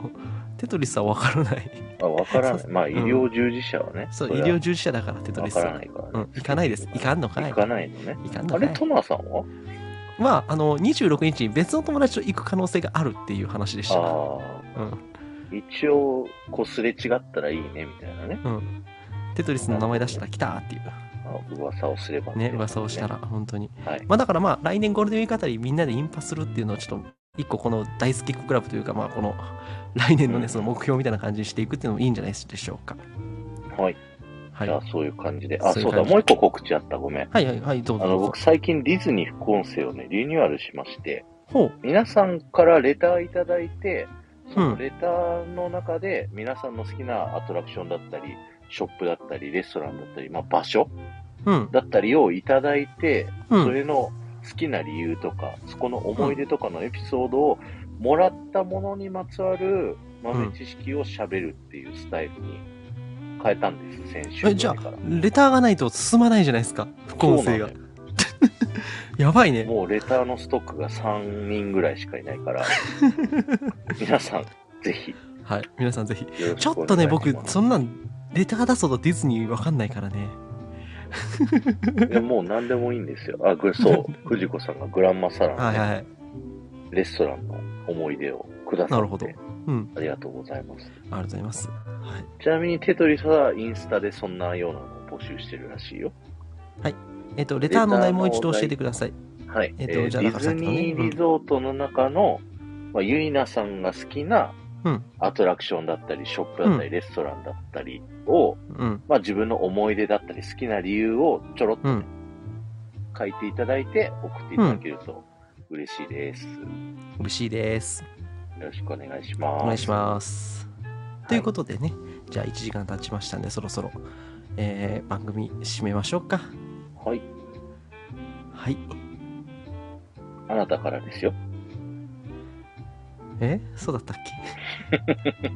S2: テトリスはわからない
S1: あ、わからない。
S2: そう
S1: まあ医療従事者はね。
S2: そう
S1: そ
S2: 医
S1: りゃ
S2: 療従事者だからテトリス
S1: わから
S2: は
S1: ないからね。
S2: うん行かないです行かんのかい
S1: 行かないのね。
S2: いかんの
S1: あ
S2: か
S1: れ、
S2: い
S1: トナさんは
S2: まああの26日に別の友達と行く可能性があるっていう話でした
S1: あ
S2: うん
S1: あ、一応、こうすれ違ったらいいね、みたいなね。
S2: うんテトリスの名前出したら来たっていう
S1: あ噂をすれば
S2: ね噂をした
S1: ら。
S2: ら本当に、
S1: はい
S2: まあだからまあ来年ゴールデンウィークあたりみんなでインパするっていうのをちょっと一個この大好きっ子クラブというかまあこの (laughs) 来年の
S1: う
S2: ね
S1: ん
S2: その目標みたいな感じにしていくっていうのもいいんじゃないでしょうか
S1: はい。
S2: はい
S1: じゃあ、そういう感じで。あ、
S2: そ
S1: そ
S2: ういうう
S1: だ。
S2: 感じ
S1: もう一個告知あった。ごめん。
S2: はいはいはいどうぞ
S1: あ
S2: ど
S1: の、
S2: うぞ
S1: 僕、最近ディズニー副音声をね、リニューアルしまして、
S2: ほう
S1: 皆さんからレターいただいて、そうの
S2: ん
S1: レターの中で皆さんの好きなアトラクションだったり、ショップだったり、レストランだったり、まあ、場所
S2: うん
S1: だったりをいただいて、
S2: う
S1: そ
S2: ん
S1: れの好きな理由とか、そこの思い出とかのエピソードをもらったものにまつわる豆知識を喋るっていうスタイルに変えたんです、先週
S2: え
S1: ぐ
S2: じゃ
S1: ら
S2: あ
S1: いから。
S2: レターがないと進まないじゃないですか副音声が
S1: そうなのよ
S2: やばいね
S1: もうレターのストックが3人ぐらいしかいない
S2: (laughs)
S1: から、皆さん、ぜひ、
S2: はい皆さんぜひ
S1: よろし
S2: ち
S1: く
S2: ょ
S1: お願いします
S2: っとね僕そんなんレター出すとディズニーわかんないからね
S1: いや、もう何でもいいんですよ。あ、ぐそう、
S2: (laughs)
S1: 藤子さんがグランマサラの
S2: はい
S1: ね、
S2: はいはい
S1: レストランの思い出をくださって、
S2: なるほどうん
S1: ありがとうございます。
S2: ありがとうございますはい
S1: ちなみにテトリスはインスタでそんなようなのを募集してるらしいよ。
S2: えっと、レターの題もう一度教えてください。
S1: はい。
S2: えっ
S1: え
S2: と
S1: ー
S2: じゃあ
S1: デ
S2: なんか
S1: ィ
S2: さ
S1: ズ
S2: っきのね
S1: ニーリゾートの中の、まあ、ゆいなさんが好きな
S2: うん
S1: アトラクションだったり、ショップだったり、レストランだったりを、
S2: うん
S1: まあ自分の思い出だったり、好きな理由をちょろっと
S2: うん
S1: 書いていただいて、送っていただけると嬉しいです。
S2: 嬉しいです
S1: よろしくお願いします。
S2: お願いします
S1: す
S2: ということとでねじゃあ1時間経ちましたんでそろそろ、えー番組締めましょうか
S1: はい。はい。
S2: はい
S1: あなたからですよ。
S2: えそうだったっけ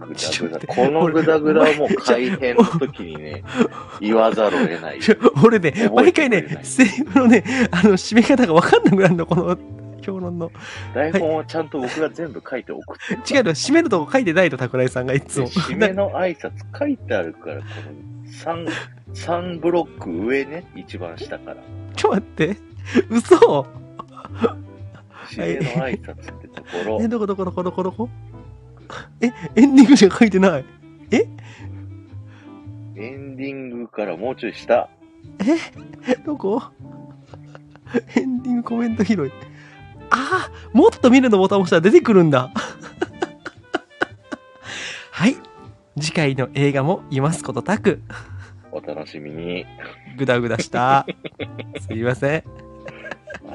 S1: ぐだ
S2: ちょ
S1: ぐ
S2: っと
S1: だ。
S2: 待って
S1: このぐだぐだはもう改編の時に
S2: (laughs)
S1: ね、言わざるを得ない。
S2: いや俺ね
S1: 覚えてくれない
S2: 毎回ねセリフのねあの締め方が分かんなくなるのこの評論の
S1: 台本をちゃんと僕が全部書いて送って
S2: (laughs) 違うの締めるとこ書いてないの桜井さんがいつも
S1: 締めの挨拶書いてあるから、この3、三ブロック上ね、一番下から。
S2: ちょっと待って嘘
S1: 締めの挨拶ってとこ
S2: (laughs)
S1: ろ、
S2: えどこどこどこどこどこえエンディングじゃ書いてない
S1: エンディングからもうちょい下。
S2: どこエンディングコメント拾いああもっと見るのボタン押したら出てくるんだ (laughs) はい次回の映画も言いますことたく
S1: お楽しみに。
S2: グダグダしたすいません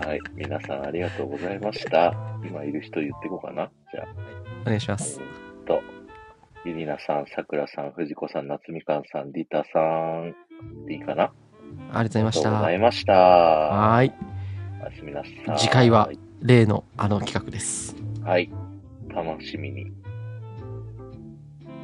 S1: はい。皆さんありがとうございました。今いる人言ってこうかな。じゃあ。
S2: お願いしま
S1: え
S2: す
S1: ーっと、ゆりなさん、さくらさん、藤子さん、夏みかんさん、りたさん、でいいかな
S2: ありがとうご
S1: ありがとうご
S2: ざ
S1: ざ
S2: いまし
S1: いました。
S2: た
S1: は
S2: はーい
S1: おやすみなさい。
S2: 次回は例のあの企画です
S1: はい。楽しみに。